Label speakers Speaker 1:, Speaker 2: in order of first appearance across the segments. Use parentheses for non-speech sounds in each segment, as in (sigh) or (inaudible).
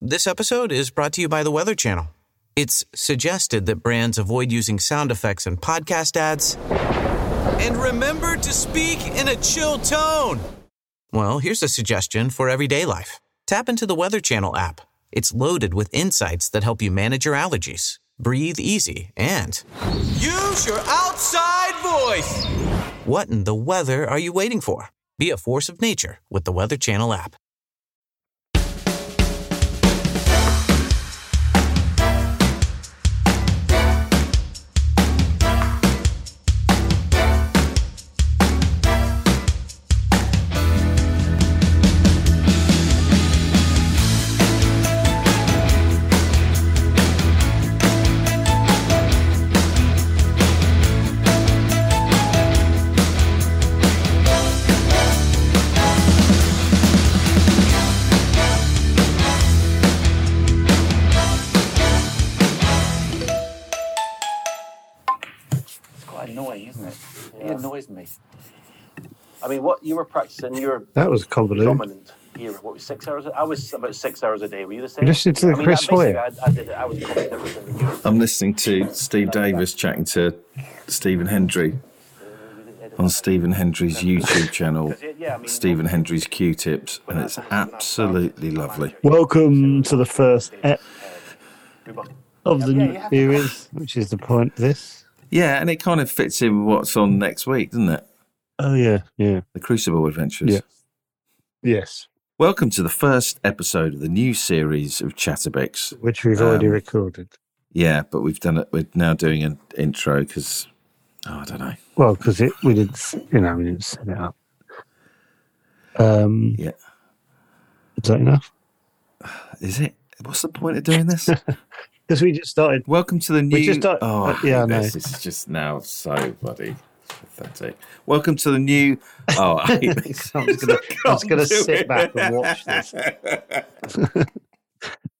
Speaker 1: This episode is brought to you by the Weather Channel. It's suggested that brands avoid using sound effects in podcast ads. And remember to speak in a chill tone. Well, here's a suggestion for everyday life tap into the Weather Channel app. It's loaded with insights that help you manage your allergies, breathe easy, and use your outside voice. What in the weather are you waiting for? Be a force of nature with the Weather Channel app.
Speaker 2: quite annoying, isn't it? It annoys me. I mean, what you were practicing your
Speaker 3: That was convoluted.
Speaker 2: dominant era? What was six hours? I was about six hours a day. Were you the same?
Speaker 3: Listen to
Speaker 2: I mean,
Speaker 3: Chris
Speaker 2: I, basically,
Speaker 3: Hoy.
Speaker 2: I, I did it. I was dominant everything. You were-
Speaker 4: I'm listening to Steve Davis chatting to Stephen Hendry on Stephen Hendry's YouTube channel, Stephen Hendry's Q-tips, and it's absolutely lovely.
Speaker 3: Welcome to the first ep
Speaker 2: we were-
Speaker 3: of the
Speaker 2: Yeah,
Speaker 3: new
Speaker 2: you have to-
Speaker 3: series, which is the point of this.
Speaker 4: Yeah, and it kind of fits in with what's on next week, doesn't it?
Speaker 3: Oh yeah, yeah.
Speaker 4: The Crucible Adventures.
Speaker 3: Yeah. Yes.
Speaker 4: Welcome to the first episode of the new series of Chatterbex.
Speaker 3: Which we've already
Speaker 4: Um,
Speaker 3: recorded.
Speaker 4: Yeah, but we've done it. We're now doing an intro because oh, I don't know.
Speaker 3: Well, because it we didn't s- you know, we didn't set it up. Um
Speaker 4: Yeah.
Speaker 3: Is that enough?
Speaker 4: Is it? What's the point of doing this?
Speaker 3: Because we just started
Speaker 4: Welcome to the new.
Speaker 3: We just don't-
Speaker 4: oh, I
Speaker 3: uh, yeah,
Speaker 4: hate
Speaker 3: I know.
Speaker 4: this. This is just now so bloody pathetic. Welcome to the new. Oh,
Speaker 3: (laughs)
Speaker 4: I hate this.
Speaker 3: I'm just gonna- I'm just gonna
Speaker 4: I can't do
Speaker 3: sit
Speaker 4: it.
Speaker 3: back and watch this.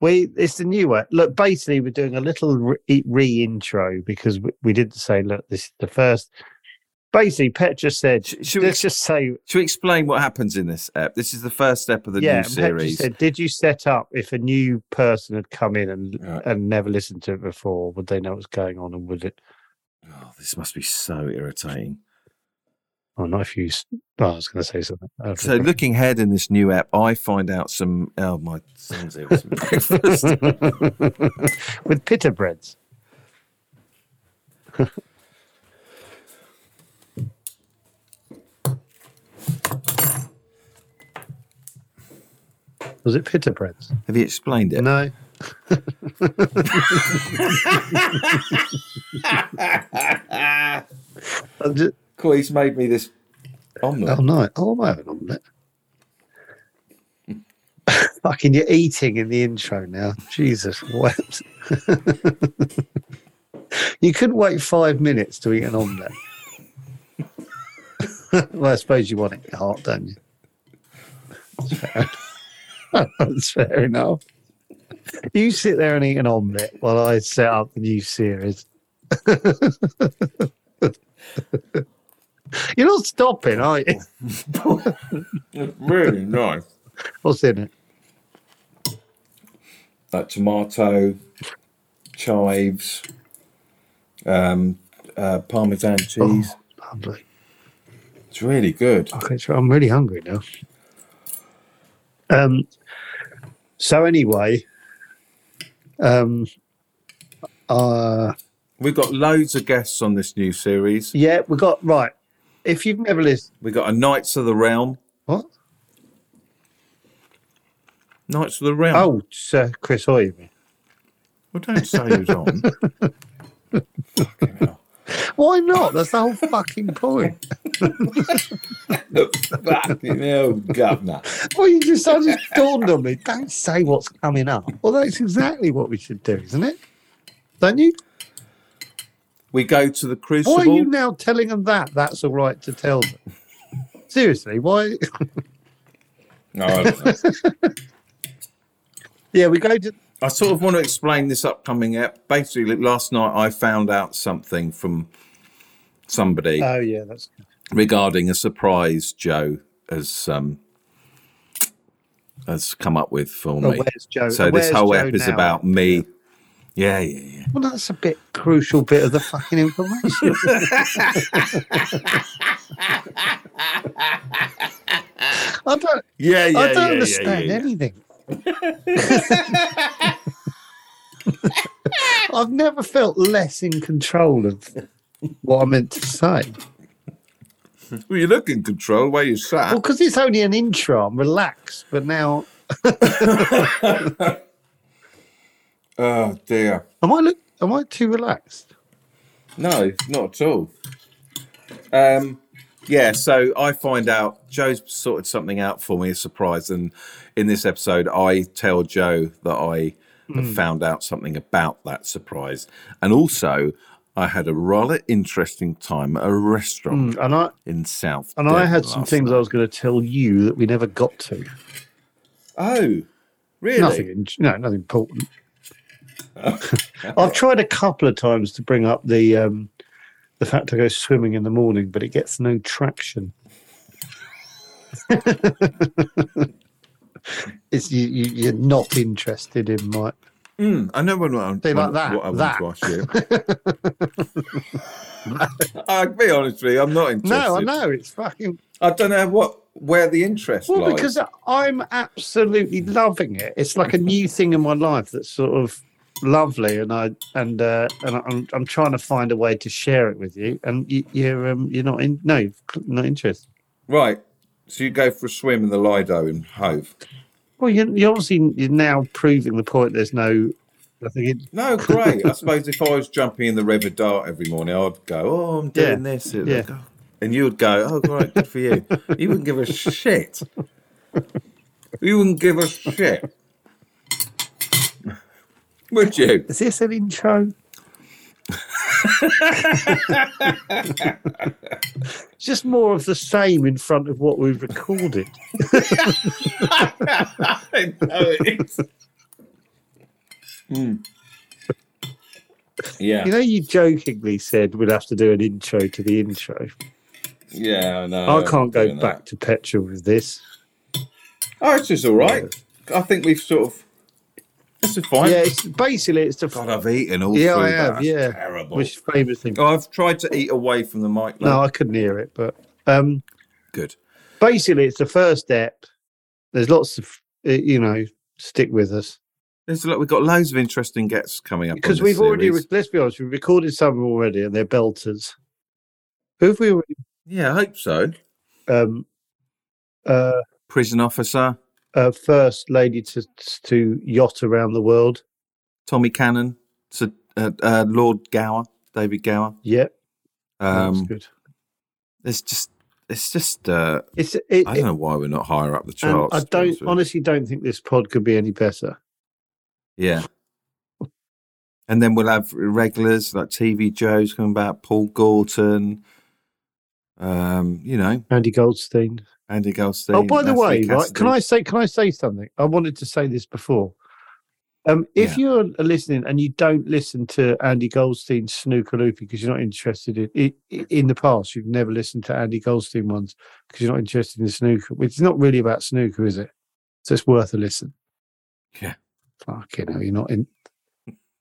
Speaker 3: we it's the new one. Look, basically we're doing a little re- re-intro because we, we did say, look, this is the first basically Petra said
Speaker 4: Sh- should, we,
Speaker 3: let's just say
Speaker 4: should we explain what happens in this ep? This is the first step of the
Speaker 3: yeah,
Speaker 4: new
Speaker 3: and Petra
Speaker 4: series.
Speaker 3: Said, Did you set up if a new person had come in and
Speaker 4: Right.
Speaker 3: and never listened to it before? Would they know what's going on, and would it?
Speaker 4: oh, this must be so irritating.
Speaker 3: Oh, not if you. s- Oh, I was going to say something. I
Speaker 4: So,
Speaker 3: forgot.
Speaker 4: looking ahead in this new app, I find out some. Oh, my son's here with some
Speaker 3: (laughs)
Speaker 4: breakfast.
Speaker 3: with pita breads. Was it pita breads?
Speaker 4: Have you explained it?
Speaker 3: No. (laughs) I'm just,
Speaker 4: Corey's made me this omelette.
Speaker 3: Oh no! Oh, I'm having an omelette. (laughs) Fucking, you're eating in the intro now. Jesus, what? (laughs) you couldn't wait five minutes to eat an omelette. (laughs) well, I suppose you want it hot, don't you? (laughs) That's fair enough. You sit there and eat an omelette while I set up the new series. You're not stopping, are you? (laughs)
Speaker 4: really nice.
Speaker 3: What's in it?
Speaker 4: like tomato, chives, um, uh,
Speaker 3: Oh.
Speaker 4: parmesan cheese.
Speaker 3: Lovely.
Speaker 4: It's really good.
Speaker 3: Okay, so I'm really hungry now. Um, so anyway, um, uh,
Speaker 4: We've got loads of guests on this new series.
Speaker 3: yeah, we got right. If you've never listened,
Speaker 4: We've got a Knights of the Realm.
Speaker 3: what?
Speaker 4: Knights of the Realm.
Speaker 3: Oh, Sir Chris Hoy. you mean.
Speaker 4: well, don't say
Speaker 3: (laughs)
Speaker 4: who's on. Fucking hell.
Speaker 3: Why not? That's the whole fucking point.
Speaker 4: Fucking hell, governor.
Speaker 3: Well, you just, I just dawned on me. Don't say what's coming up. Well, that's exactly what we should do, isn't it? Don't you?
Speaker 4: We go to the
Speaker 3: Why are
Speaker 4: Crucible.
Speaker 3: you now telling them that? That's all right to tell them. Seriously, why? (laughs)
Speaker 4: No, I, don't know.
Speaker 3: Yeah, we go to
Speaker 4: I sort of want to explain this upcoming app. Basically, last night I found out something from somebody.
Speaker 3: Oh yeah, that's
Speaker 4: regarding a surprise Joe has um, has come up with for
Speaker 3: But
Speaker 4: me.
Speaker 3: Oh, where's Joe?
Speaker 4: So
Speaker 3: where's
Speaker 4: this whole
Speaker 3: Joe
Speaker 4: app is
Speaker 3: now?
Speaker 4: about me. Yeah, yeah,
Speaker 3: Well, that's a bit crucial bit of the fucking
Speaker 4: (laughs)
Speaker 3: information. I don't.
Speaker 4: yeah, yeah, yeah.
Speaker 3: I
Speaker 4: yeah,
Speaker 3: don't
Speaker 4: yeah,
Speaker 3: understand
Speaker 4: yeah, yeah.
Speaker 3: anything. I've never felt less in control of what I meant to say.
Speaker 4: Well, you look in control where you sat.
Speaker 3: Well, because it's only an intro, I'm relaxed, but now
Speaker 4: Oh dear.
Speaker 3: am I look? Am I too relaxed?
Speaker 4: No, not at all. Um, yeah, so I find out Joe's sorted something out for me, a surprise. And in this episode, I tell Joe that I
Speaker 3: Hmm.
Speaker 4: have found out something about that surprise. And also, I had a rather interesting time at a restaurant
Speaker 3: And I
Speaker 4: in South.
Speaker 3: Hmm. and I
Speaker 4: Devon
Speaker 3: had some
Speaker 4: last
Speaker 3: things I
Speaker 4: night.
Speaker 3: was going to tell you that we never got to.
Speaker 4: Oh, really?
Speaker 3: Nothing, in- no, nothing important. I've tried a couple of times to bring up the um, the fact I go swimming in the morning, but it gets no traction. (laughs) it's you, you, you're not interested in my.
Speaker 4: Mm, I know what, I-
Speaker 3: Say like that,
Speaker 4: what I
Speaker 3: that.
Speaker 4: want to ask
Speaker 3: (laughs)
Speaker 4: you. (laughs) I'll be honest with you, I'm not interested.
Speaker 3: No, I know it's fucking
Speaker 4: I don't know what where the interest
Speaker 3: Well,
Speaker 4: lies.
Speaker 3: because uh, I'm absolutely loving it. It's like a new thing in my life that's sort of lovely, and I and uh, and I'm I'm trying to find a way to share it with you. And you, you're um, you're not in no you're not interested.
Speaker 4: Right. So you go for a swim in the Lido in Hove.
Speaker 3: Well, you you obviously you're now proving the point. There's no nothing. In,
Speaker 4: No, great.
Speaker 3: (laughs)
Speaker 4: I suppose if I was jumping in the River Dart every morning, I'd go, "Oh, I'm doing
Speaker 3: Yeah.
Speaker 4: this," and,
Speaker 3: Yeah.
Speaker 4: and you'd go, "Oh, great, good for you." You wouldn't give a shit. You wouldn't give a shit, (laughs) would you?
Speaker 3: is this an intro? (laughs) It's just more of the same in front of what we've recorded.
Speaker 4: I know it is. Hmm. Yeah,
Speaker 3: You know, you jokingly said we'd have to do an intro to the intro.
Speaker 4: yeah, I know.
Speaker 3: I can't go
Speaker 4: Um, Doing that.
Speaker 3: back to petrol with this.
Speaker 4: Oh, it's just all right. I think we've sort of. This is fine.
Speaker 3: Yeah, it's basically it's the
Speaker 4: God, I've eaten all
Speaker 3: yeah
Speaker 4: through
Speaker 3: I
Speaker 4: that.
Speaker 3: have
Speaker 4: That's
Speaker 3: yeah,
Speaker 4: terrible.
Speaker 3: which famous thing.
Speaker 4: Oh, I've tried to eat away from the mic.
Speaker 3: No,
Speaker 4: No,
Speaker 3: I couldn't hear it, but um,
Speaker 4: good.
Speaker 3: basically it's the first step. There's lots of uh, you know stick with us
Speaker 4: There's a lot. We've got loads of interesting guests coming up on
Speaker 3: because
Speaker 4: this
Speaker 3: we've already
Speaker 4: series.
Speaker 3: re- let's be honest we've recorded some already and they're belters. Who have we? already-
Speaker 4: yeah, I hope so.
Speaker 3: Um, uh,
Speaker 4: Prison officer
Speaker 3: uh, first lady to to yacht around the world.
Speaker 4: Tommy Cannon, so, uh, uh, Lord Gower, David Gower.
Speaker 3: Yep, Oh, that's
Speaker 4: Um,
Speaker 3: good.
Speaker 4: it's just, it's just. Uh,
Speaker 3: It's it,
Speaker 4: I don't know why we're not higher up the
Speaker 3: and
Speaker 4: charts.
Speaker 3: I
Speaker 4: to be honest
Speaker 3: don't
Speaker 4: with you.
Speaker 3: honestly don't think this pod could be any better.
Speaker 4: Yeah. And then we'll have regulars like TV Joe's coming back, Paul Gorton, um, you know,
Speaker 3: Andy Goldstein.
Speaker 4: Andy Goldstein.
Speaker 3: Oh, by the way,
Speaker 4: Natalie
Speaker 3: right? Can I
Speaker 4: Cassidy.
Speaker 3: say? Can I say something? I wanted to say this before. Um, if you're listening and you don't listen to Andy Goldstein's Snooker Loopy because you're not interested in i- i- in the past, you've never listened to Andy Goldstein ones because you're not interested in snooker. which is not really about snooker, is it? So it's worth a listen.
Speaker 4: Yeah.
Speaker 3: Fucking hell, you're not in.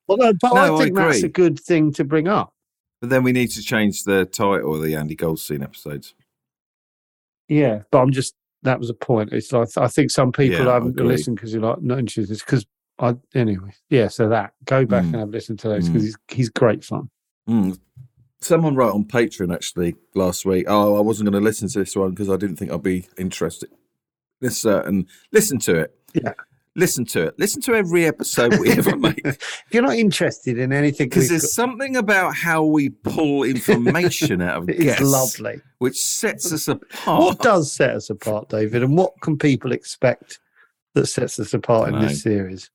Speaker 3: Well, no, but
Speaker 4: No,
Speaker 3: I
Speaker 4: I
Speaker 3: think that's a
Speaker 4: agree.
Speaker 3: good thing to bring up.
Speaker 4: But then we need to change the title of the Andy Goldstein episodes.
Speaker 3: Yeah, but I'm just that was a point. It's like I think some people
Speaker 4: Yeah, I
Speaker 3: haven't
Speaker 4: agree.
Speaker 3: listened because you're like not interested. Because I anyway, yeah. So that go back
Speaker 4: Mm.
Speaker 3: and have a listen to those
Speaker 4: Mm.
Speaker 3: because he's he's great
Speaker 4: (laughs)
Speaker 3: fun.
Speaker 4: Mm. Someone wrote on Patreon actually last week, oh, I wasn't going to listen to this one because I didn't think I'd be interested. This certain, listen to it.
Speaker 3: Yeah.
Speaker 4: Listen to it. Listen to every episode
Speaker 3: (laughs)
Speaker 4: we ever make.
Speaker 3: If you're not interested in anything,
Speaker 4: Because
Speaker 3: we've
Speaker 4: there's something about how we pull information out of
Speaker 3: got- (laughs) it's
Speaker 4: guests,
Speaker 3: lovely.
Speaker 4: which sets us apart.
Speaker 3: (laughs) What does set us apart, David? And what can people expect that sets us apart in
Speaker 4: Dunno.
Speaker 3: this series?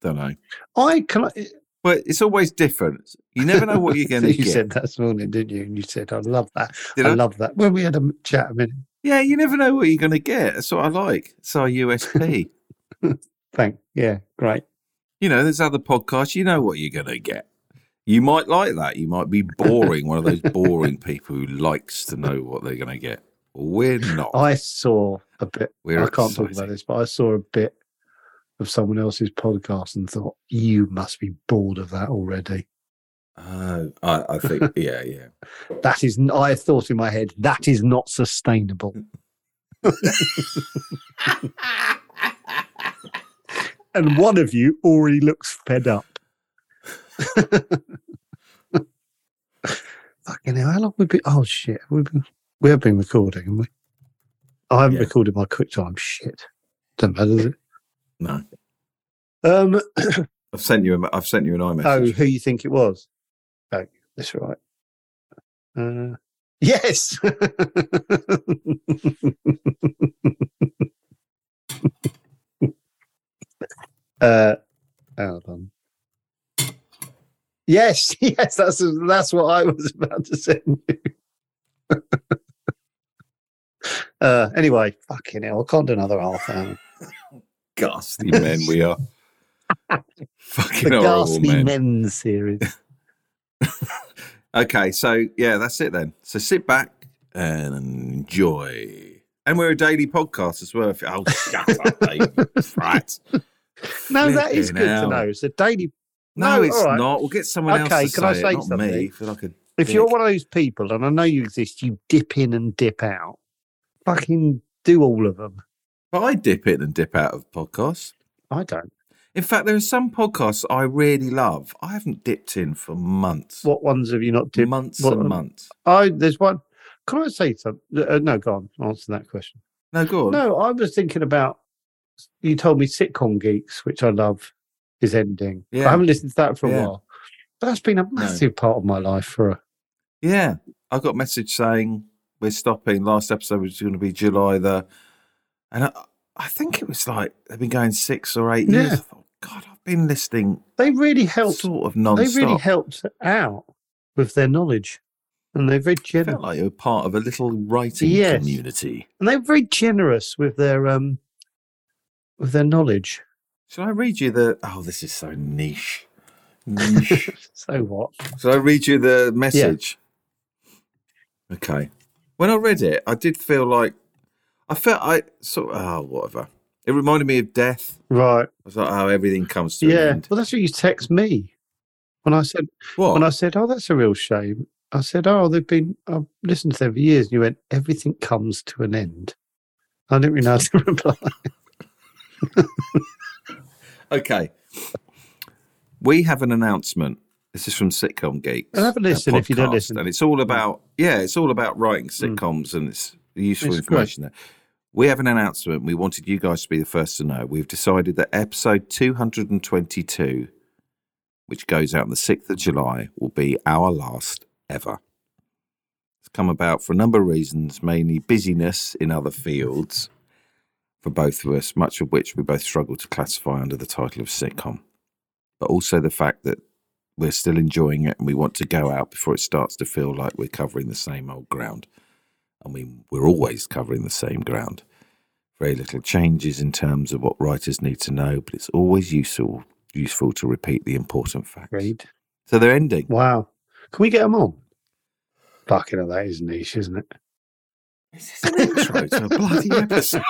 Speaker 4: don't know.
Speaker 3: I can. I,
Speaker 4: But it's always different. You never
Speaker 3: (laughs)
Speaker 4: know what you're going to
Speaker 3: you
Speaker 4: get.
Speaker 3: said that this morning, didn't you? And you said, "I love that.
Speaker 4: Did
Speaker 3: I,
Speaker 4: I?
Speaker 3: love that." When we had a m- chat a minute,
Speaker 4: yeah, you never know what you're going to get. That's what I like. It's
Speaker 3: (laughs)
Speaker 4: our USP.
Speaker 3: thank yeah, great.
Speaker 4: you know, there's other podcasts. You know what you're going to get. You might
Speaker 3: (laughs)
Speaker 4: like that. You might be boring. One of those boring people who likes to know what they're going to get. We're not.
Speaker 3: I saw a bit.
Speaker 4: We're
Speaker 3: I can't talk
Speaker 4: exciting.
Speaker 3: about this, but I saw a bit of someone else's podcast and thought, you must be bored of that already.
Speaker 4: Oh, I,
Speaker 3: (laughs)
Speaker 4: I think, yeah, yeah.
Speaker 3: That is, n- I thought in my head, that is not sustainable. (laughs) and one of you already looks fed up. (laughs) Fucking hell, how long we been? Oh shit, we've been, we have been recording, haven't we? I haven't
Speaker 4: Yeah.
Speaker 3: recorded my quick time. Shit, doesn't matter, does it?
Speaker 4: No,
Speaker 3: Um,
Speaker 4: I've sent you. A, I've sent you an
Speaker 3: oh,
Speaker 4: iMessage.
Speaker 3: who you think it was? Oh, that's right. Uh, yes. (laughs) uh, hold on. Yes, (laughs) yes, that's that's what I was about to send you. (laughs) uh, anyway, fucking hell, I can't do another half hour.
Speaker 4: ghastly men
Speaker 3: (laughs)
Speaker 4: we are. Fucking
Speaker 3: the
Speaker 4: horrible
Speaker 3: Ghastly
Speaker 4: men.
Speaker 3: Men series.
Speaker 4: (laughs) Okay, so yeah, that's it then. So sit back and enjoy. And we're a daily podcast as well. If, oh,
Speaker 3: (laughs)
Speaker 4: shut up, David. Right.
Speaker 3: No, that is
Speaker 4: Flipping
Speaker 3: good to
Speaker 4: hell.
Speaker 3: know. It's a daily.
Speaker 4: No,
Speaker 3: No,
Speaker 4: it's
Speaker 3: all right.
Speaker 4: not. We'll get someone
Speaker 3: Okay,
Speaker 4: else to
Speaker 3: can I
Speaker 4: say,
Speaker 3: say
Speaker 4: it, not
Speaker 3: something?
Speaker 4: me. I feel like a
Speaker 3: If you're
Speaker 4: dick.
Speaker 3: one of those people, and I know you exist, you dip in and dip out. Fucking do all of them.
Speaker 4: But I dip in and dip out of podcasts.
Speaker 3: I don't.
Speaker 4: In fact, there are some podcasts I really love. I haven't dipped in for months.
Speaker 3: What ones have you not dipped?
Speaker 4: months
Speaker 3: what- um,
Speaker 4: and months.
Speaker 3: I there's one. Can I say something? Uh, no, go on. Answer that question.
Speaker 4: No, go on.
Speaker 3: No, I was thinking about. You told me sitcom geeks, which I love, is ending. I
Speaker 4: Yeah.
Speaker 3: haven't listened to that for a
Speaker 4: Yeah.
Speaker 3: while, but that's been a massive part of my life for a
Speaker 4: Yeah, I got a message saying we're stopping. Last episode was going to be July the, and I, I think it was like they've been going six or eight years.
Speaker 3: Yeah.
Speaker 4: I thought, God, I've been listening
Speaker 3: They really helped.
Speaker 4: sort of
Speaker 3: They
Speaker 4: non-stop.
Speaker 3: really helped out with their knowledge, and they're very
Speaker 4: I
Speaker 3: generous.
Speaker 4: felt like you were part of a little writing
Speaker 3: Yes.
Speaker 4: community.
Speaker 3: and they're very generous with their um with their knowledge.
Speaker 4: Should I read you the? Oh, this is so niche.
Speaker 3: (laughs)
Speaker 4: Niche.
Speaker 3: So what?
Speaker 4: Shall I read you the message? Okay. When I read it, I did feel like I felt I sort of oh whatever. It reminded me of death.
Speaker 3: Right.
Speaker 4: I was like, oh, everything comes to an
Speaker 3: Yeah.
Speaker 4: end.
Speaker 3: Well, that's what you text me when I said
Speaker 4: What?
Speaker 3: when I said, "Oh, that's a real shame." I said, "Oh, they've been I've listened to them for years." And you went, "Everything comes to an end." I didn't really know how to (laughs) reply.
Speaker 4: Okay. We have an announcement. This is from Sitcom Geeks.
Speaker 3: Well, have a
Speaker 4: uh,
Speaker 3: listen if you don't
Speaker 4: podcast,
Speaker 3: listen. Mm.
Speaker 4: And it's all about yeah, it's all about writing sitcoms and it's useful
Speaker 3: It's great.
Speaker 4: information there. We have an announcement. We wanted you guys to be the first to know. We've decided that episode 222, which goes out on the 6th of July, will be our last ever. It's come about for a number of reasons, mainly busyness in other fields for both of us, much of which we both struggle to classify under the title of sitcom, but also the fact that we're still enjoying it and we want to go out before it starts to feel like we're covering the same old ground. I mean, we're always covering the same ground. Very little changes in terms of what writers need to know, but it's always useful useful to repeat the important facts.
Speaker 3: Great.
Speaker 4: So they're ending.
Speaker 3: Wow. Can we get them on? Fucking hell, that is niche, isn't it?
Speaker 4: It's an intro to a bloody episode.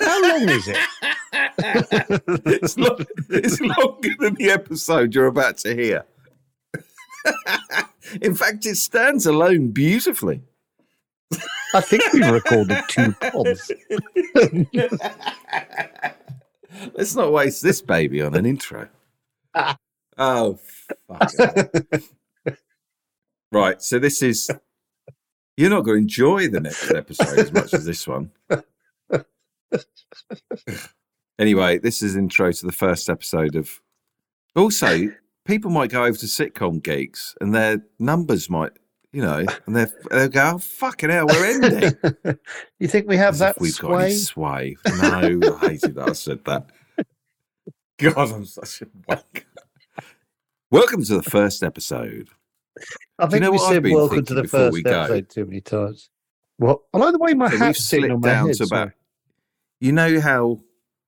Speaker 3: How long is it?
Speaker 4: (laughs) it's, lo- it's longer than the episode you're about to hear. (laughs) In fact, it stands alone beautifully.
Speaker 3: I think we've recorded two pods.
Speaker 4: (laughs) Let's not waste this baby on an intro.
Speaker 3: Ah.
Speaker 4: oh, fuck. it. right. So, this is. You're not going to enjoy the next episode as much as this one. (laughs) anyway, this is intro to the first episode of. Also, people might go over to sitcom geeks and their numbers might, you know, and they're- they'll go, oh, fucking hell, we're ending.
Speaker 3: (laughs) you think we have
Speaker 4: As if
Speaker 3: that
Speaker 4: we've got
Speaker 3: sway?
Speaker 4: any sway. No, I hated that I said
Speaker 3: (laughs)
Speaker 4: that. God, I'm such a wank. Welcome to the first episode.
Speaker 3: I
Speaker 4: you
Speaker 3: think
Speaker 4: know
Speaker 3: we
Speaker 4: what I've
Speaker 3: said
Speaker 4: been
Speaker 3: welcome to
Speaker 4: thinking
Speaker 3: the
Speaker 4: before
Speaker 3: first
Speaker 4: we go?
Speaker 3: episode too many times. What? I like the way my
Speaker 4: So we've
Speaker 3: hat's sitting on my
Speaker 4: slipped down
Speaker 3: head.
Speaker 4: to
Speaker 3: sorry.
Speaker 4: about. You know how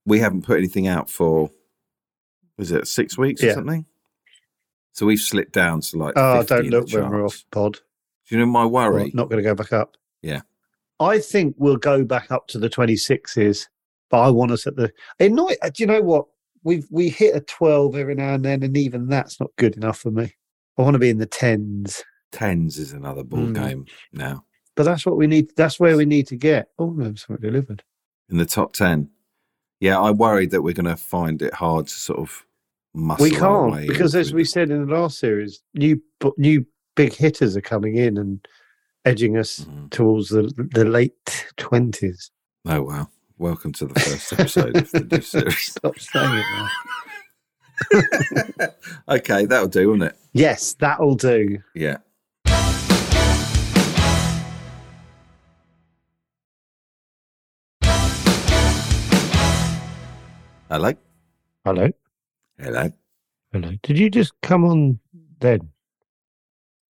Speaker 4: we haven't put anything out for, was it six weeks
Speaker 3: Yeah.
Speaker 4: or something? So we've slipped down to like.
Speaker 3: oh,
Speaker 4: 50
Speaker 3: don't
Speaker 4: in the
Speaker 3: look when we're
Speaker 4: charts.
Speaker 3: off pod.
Speaker 4: Do you know my worry?
Speaker 3: Well, not going to go back up. I think we'll go back up to the 26s, but I want us at the. Annoy, do you know what? We've we hit a 12 every now and then, and even that's not good enough for me. I want to be in the tens,
Speaker 4: Tens is another ball
Speaker 3: Mm.
Speaker 4: game now
Speaker 3: but that's what we need. That's where we need to get. Oh, no, something delivered.
Speaker 4: in the top ten. Yeah, I worried that we're going to find it hard to sort of muscle.
Speaker 3: We
Speaker 4: our way
Speaker 3: can't because,
Speaker 4: in
Speaker 3: as
Speaker 4: through
Speaker 3: we
Speaker 4: the-
Speaker 3: said in the last series, new bu- new big hitters are coming in and edging us
Speaker 4: Mhm.
Speaker 3: towards the the late twenties.
Speaker 4: Oh wow! Welcome to the first episode of the
Speaker 3: (laughs)
Speaker 4: new series.
Speaker 3: Stop saying it now.
Speaker 4: (laughs) okay, that'll do, won't it?
Speaker 3: Yes, that'll do.
Speaker 4: Yeah. Hello.
Speaker 3: Hello,
Speaker 4: Hello.
Speaker 3: hello. Did you just come on then?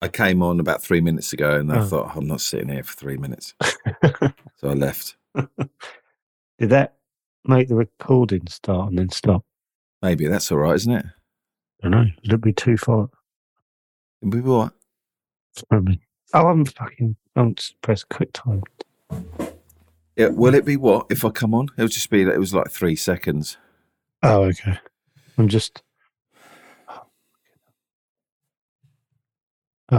Speaker 4: I came on about three minutes ago, and I
Speaker 3: Oh.
Speaker 4: thought I'm not sitting here for three minutes, so I left.
Speaker 3: Did that make the recording start and then stop?
Speaker 4: Maybe that's all right, isn't it?
Speaker 3: I don't know. A little bit too far.
Speaker 4: It'll be all right.
Speaker 3: Probably. Oh, I'm fucking. I'm just press quick time.
Speaker 4: Yeah, will it be what if I come on? It'll just be. It was like three seconds.
Speaker 3: Oh, okay. I'm just. Oh,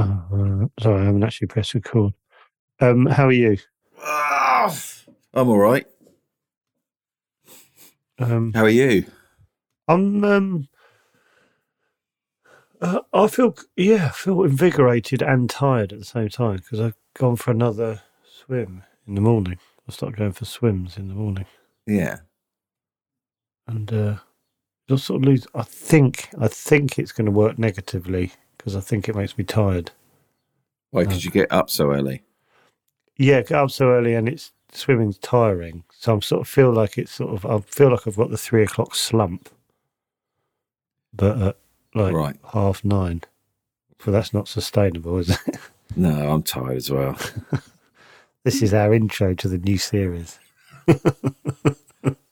Speaker 3: uh, sorry, I haven't actually pressed record. Um, how are you?
Speaker 4: Ah, I'm all right.
Speaker 3: Um,
Speaker 4: How are you?
Speaker 3: I'm. Um, uh, I feel yeah, I feel invigorated and tired at the same time because I've gone for another swim in the morning. I start going for swims in the morning,
Speaker 4: Yeah.
Speaker 3: and uh, just sort of lose. I think I think it's going to work negatively because I think it makes me tired.
Speaker 4: Why could you get up so early?
Speaker 3: yeah, get up so early and it's swimming's tiring. So I'm sort of feel like it's sort of I feel like I've got the three o'clock slump, but at like
Speaker 4: Right.
Speaker 3: half nine. So that's not sustainable, is it? (laughs)
Speaker 4: No, I'm tired as well.
Speaker 3: This is our intro to the new series.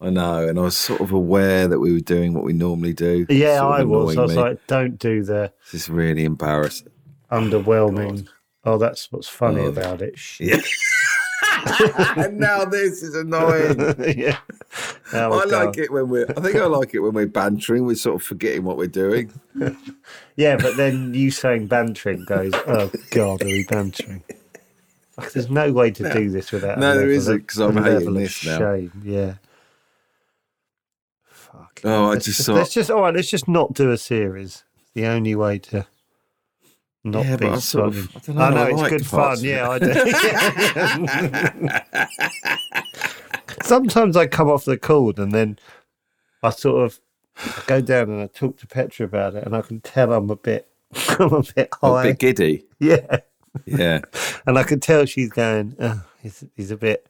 Speaker 4: I know, and I was sort of aware that we were doing what we normally do.
Speaker 3: Yeah,
Speaker 4: Sort of
Speaker 3: I was.
Speaker 4: annoying
Speaker 3: I was
Speaker 4: me.
Speaker 3: like, don't do the
Speaker 4: this is really (laughs) embarrassing.
Speaker 3: underwhelming. Oh, that's what's funny
Speaker 4: Oh.
Speaker 3: about it. Shit.
Speaker 4: Yeah. now this
Speaker 3: (laughs)
Speaker 4: is annoying.
Speaker 3: (laughs) yeah.
Speaker 4: I
Speaker 3: Now I've
Speaker 4: like
Speaker 3: gone.
Speaker 4: it when we're. I think I like it when we're bantering. We're sort of forgetting what
Speaker 3: (laughs)
Speaker 4: we're doing.
Speaker 3: Yeah, but then you saying bantering goes, oh God, are we bantering? Like, There's no way to do this without. a
Speaker 4: No, there
Speaker 3: level of-
Speaker 4: isn't, 'cause I'm
Speaker 3: a level
Speaker 4: hating
Speaker 3: of
Speaker 4: this now.
Speaker 3: Shame, yeah. Fuck.
Speaker 4: Oh, I
Speaker 3: Let's
Speaker 4: just
Speaker 3: just,
Speaker 4: thought.
Speaker 3: let's just all right. Let's just not do a series. It's the only way to not
Speaker 4: Yeah,
Speaker 3: be.
Speaker 4: but I sort of-
Speaker 3: sodden.
Speaker 4: I don't know, I
Speaker 3: it's
Speaker 4: like
Speaker 3: good
Speaker 4: parts
Speaker 3: fun.
Speaker 4: of it.
Speaker 3: Yeah, I do. (laughs) Sometimes I come off the cold and then I sort of I go down and I talk to Petra about it, and I can tell I'm a bit, (laughs) I'm a bit
Speaker 4: a
Speaker 3: high.
Speaker 4: bit giddy.
Speaker 3: Yeah.
Speaker 4: Yeah.
Speaker 3: And I could tell she's going, oh, he's, he's a bit.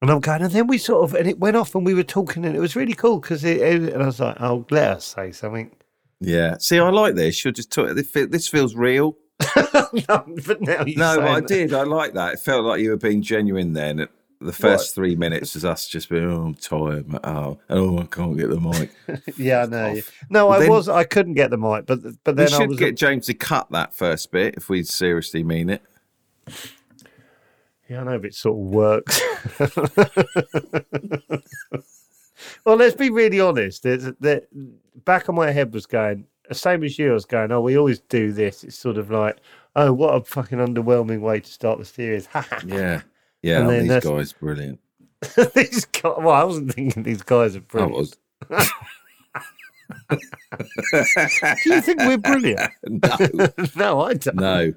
Speaker 3: And I'm going, and then we sort of, and it went off and we were talking and it was really cool because it, it- and I was like, oh, let us say something. (laughs)
Speaker 4: Yeah. See, I like this. You're just talk, this fe- this feels real.
Speaker 3: no, but now you
Speaker 4: No, but I did. I like that. It felt like you were being genuine then. The first three minutes is us just being, oh, I'm tired. mate. Oh, oh, I can't get the mic.
Speaker 3: Yeah, I know. No, I
Speaker 4: Then-
Speaker 3: was, I couldn't get the mic, but but
Speaker 4: we
Speaker 3: then I
Speaker 4: should
Speaker 3: was.
Speaker 4: get James to cut that first bit if we seriously mean it.
Speaker 3: yeah, I know, but it sort of works. (laughs) well, let's be really honest. There's, there, back of my head was going, same as you, I was going, oh, we always do this. It's sort of like, oh, what a fucking underwhelming way to start the series. (laughs) Ha ha.
Speaker 4: Yeah. Yeah.
Speaker 3: And
Speaker 4: oh,
Speaker 3: then
Speaker 4: these
Speaker 3: that's-
Speaker 4: guys, brilliant.
Speaker 3: (laughs) these guys, well, I wasn't thinking these guys are
Speaker 4: I
Speaker 3: brilliant.
Speaker 4: was.
Speaker 3: Do you think we're brilliant?
Speaker 4: (laughs) No,
Speaker 3: (laughs) no, I don't.
Speaker 4: no,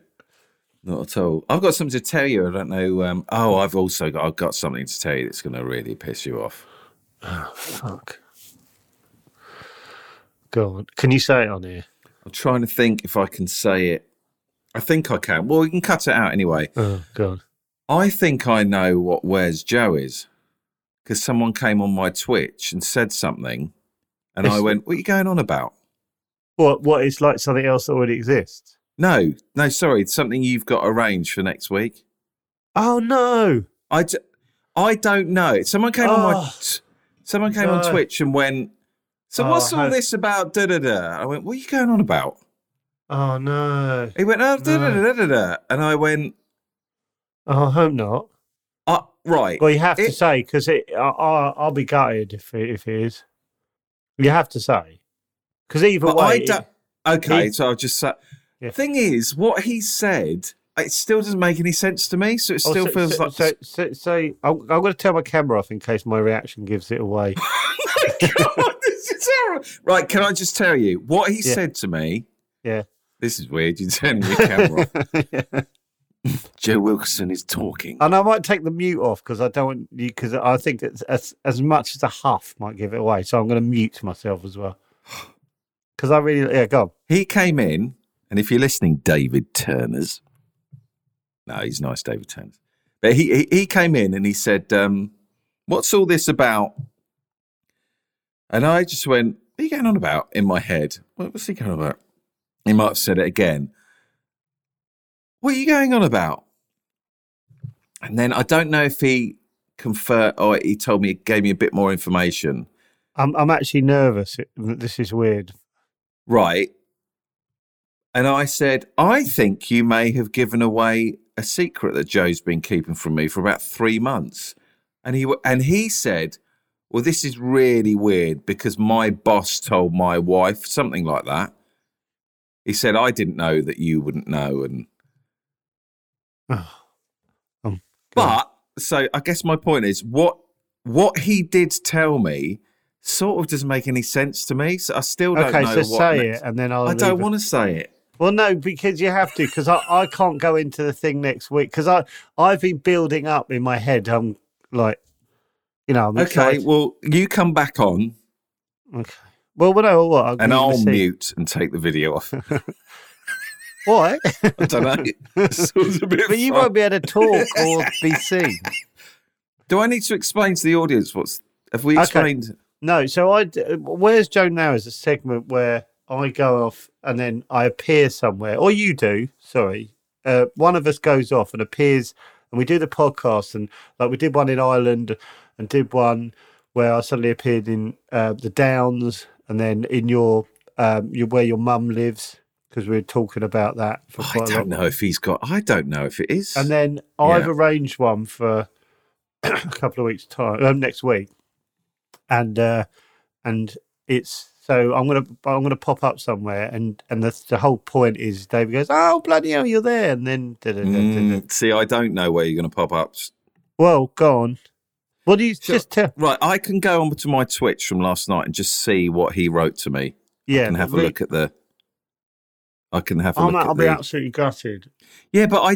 Speaker 4: not at all. I've got something to tell you. I don't know. Um, oh, I've also got, I've got something to tell you that's going to really piss you off.
Speaker 3: Fuck. Go on. Can you say it on here?
Speaker 4: I'm trying to think if I can say it. I think I can. Well, we can cut it out anyway.
Speaker 3: Oh, God.
Speaker 4: I think I know what Where's Joe is because someone came on my Twitch and said something, and I
Speaker 3: It's-
Speaker 4: went, "What are you going on about?"
Speaker 3: What, what, it's like something else that already exists?
Speaker 4: No, no, sorry, it's something you've got arranged for next week.
Speaker 3: Oh, no.
Speaker 4: I, d- I don't know. Someone came on my
Speaker 3: Oh.
Speaker 4: t- someone came on
Speaker 3: No.
Speaker 4: Twitch and went, "So
Speaker 3: Oh,
Speaker 4: what's
Speaker 3: I
Speaker 4: all
Speaker 3: hope-
Speaker 4: this about?" Da da da. I went, "What are you going on about?"
Speaker 3: Oh, no.
Speaker 4: He went, "Oh, da da
Speaker 3: No.
Speaker 4: da da da," and I went,
Speaker 3: Oh, I hope not.
Speaker 4: I, Right.
Speaker 3: Well, you have to
Speaker 4: It-
Speaker 3: say because I, I, I'll be gutted if it, if it is. You have to say because either
Speaker 4: But
Speaker 3: way,
Speaker 4: I don't. Okay,
Speaker 3: he-
Speaker 4: so I'll just say.
Speaker 3: Yeah.
Speaker 4: Thing is, what he said, it still doesn't make any sense to me. So it
Speaker 3: Oh,
Speaker 4: still
Speaker 3: so-
Speaker 4: feels
Speaker 3: so,
Speaker 4: like.
Speaker 3: So, so, so I'm, I'm going to turn my camera off in case my reaction gives it
Speaker 4: (laughs)
Speaker 3: away.
Speaker 4: (laughs) God, this is horrible. Right, can I just tell you what he
Speaker 3: Yeah.
Speaker 4: said to me?
Speaker 3: Yeah.
Speaker 4: This is weird. You're turning
Speaker 3: (laughs)
Speaker 4: your camera off. Joe Wilkinson is talking.
Speaker 3: And I might take the mute off because I don't want you because I think it's as as much as a huff might give it away. So I'm going to mute myself as
Speaker 4: (sighs)
Speaker 3: well because I really yeah go on.
Speaker 4: He came in, and if you're listening, David Turner's. No, he's nice, David Turner's. But he he, he came in and he said, um, "What's all this about?" And I just went, "What are you going on about?" In my head, what was he going on about? He might have said it again. What are you going on about? And then I don't know if he confer or he told me gave me a bit more information.
Speaker 3: I'm I'm actually nervous. It, this is weird.
Speaker 4: Right. And I said, I think you may have given away a secret that Joe's been keeping from me for about three months. And he w- and he said, Well, this is really weird because my boss told my wife something like that. He said, I didn't know that you wouldn't know. And
Speaker 3: (sighs) Oh,
Speaker 4: but so I guess my point is what what he did tell me sort of doesn't make any sense to me. So I still don't
Speaker 3: okay,
Speaker 4: know
Speaker 3: so
Speaker 4: what
Speaker 3: say
Speaker 4: next-
Speaker 3: it and then I'll.
Speaker 4: I
Speaker 3: leave
Speaker 4: don't
Speaker 3: it.
Speaker 4: want to say it.
Speaker 3: Well, no, because you have to, because I, I can't go into the thing next week because I I've been building up in my head. I'm like, you know, I'm
Speaker 4: Okay,
Speaker 3: excited.
Speaker 4: well, you come back on
Speaker 3: Okay. Well, well, no, what? I'll give
Speaker 4: and
Speaker 3: you the
Speaker 4: I'll
Speaker 3: seat.
Speaker 4: mute and take the video off. (laughs)
Speaker 3: Why?
Speaker 4: I
Speaker 3: (laughs)
Speaker 4: don't know. It sounds a bit
Speaker 3: but you
Speaker 4: fun.
Speaker 3: won't be able to talk or be seen.
Speaker 4: Do I need to explain to the audience what's. Have we
Speaker 3: Okay.
Speaker 4: explained?
Speaker 3: No, so I. d- Where's Joe now is a segment where I go off and then I appear somewhere, or you do. Sorry, uh, one of us goes off and appears, and we do the podcast, and like we did one in Ireland, and did one where I suddenly appeared in uh, the Downs, and then in your um, your where your mum lives because we were talking about that for
Speaker 4: I
Speaker 3: quite a
Speaker 4: don't
Speaker 3: long.
Speaker 4: know if he's got. I don't know if it is.
Speaker 3: And then I've arranged one for (clears throat) a couple of weeks time, um, next week, and uh, and it's so I'm gonna I'm gonna pop up somewhere, and and the, the whole point is David goes, oh bloody hell, you're there, and then da, da, da, da, da.
Speaker 4: Mm, see, I don't know where you're going to pop up.
Speaker 3: well, go on. What do you
Speaker 4: Sure.
Speaker 3: just tell?
Speaker 4: Right, I can go on to my Twitch from last night and just see what he wrote to me
Speaker 3: Yeah,
Speaker 4: and have a
Speaker 3: re-
Speaker 4: look at the. I can have a
Speaker 3: I'm,
Speaker 4: look
Speaker 3: I'll
Speaker 4: at
Speaker 3: be
Speaker 4: the.
Speaker 3: absolutely gutted.
Speaker 4: Yeah, but I.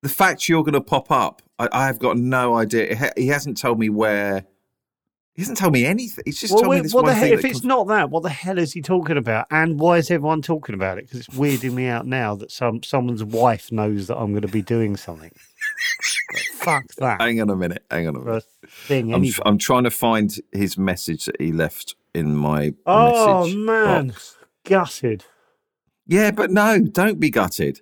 Speaker 4: The fact you're going to pop up, I, I have got no idea. He- He hasn't told me where. He hasn't told me anything. He's just told me
Speaker 3: wait,
Speaker 4: this
Speaker 3: what
Speaker 4: one
Speaker 3: the hell?
Speaker 4: thing.
Speaker 3: If
Speaker 4: that
Speaker 3: it's
Speaker 4: conf-
Speaker 3: not that, what the hell is he talking about? And why is everyone talking about it? Because it's weirding me out now that some someone's wife knows that I'm going to be doing
Speaker 4: (laughs)
Speaker 3: something. Like, fuck that
Speaker 4: Hang on a minute. Hang on a minute.
Speaker 3: for a thing.
Speaker 4: I'm,
Speaker 3: Anyway.
Speaker 4: I'm trying to find his message that he left in my
Speaker 3: Oh,
Speaker 4: message
Speaker 3: man.
Speaker 4: box.
Speaker 3: gutted,
Speaker 4: Yeah, but no, don't be gutted.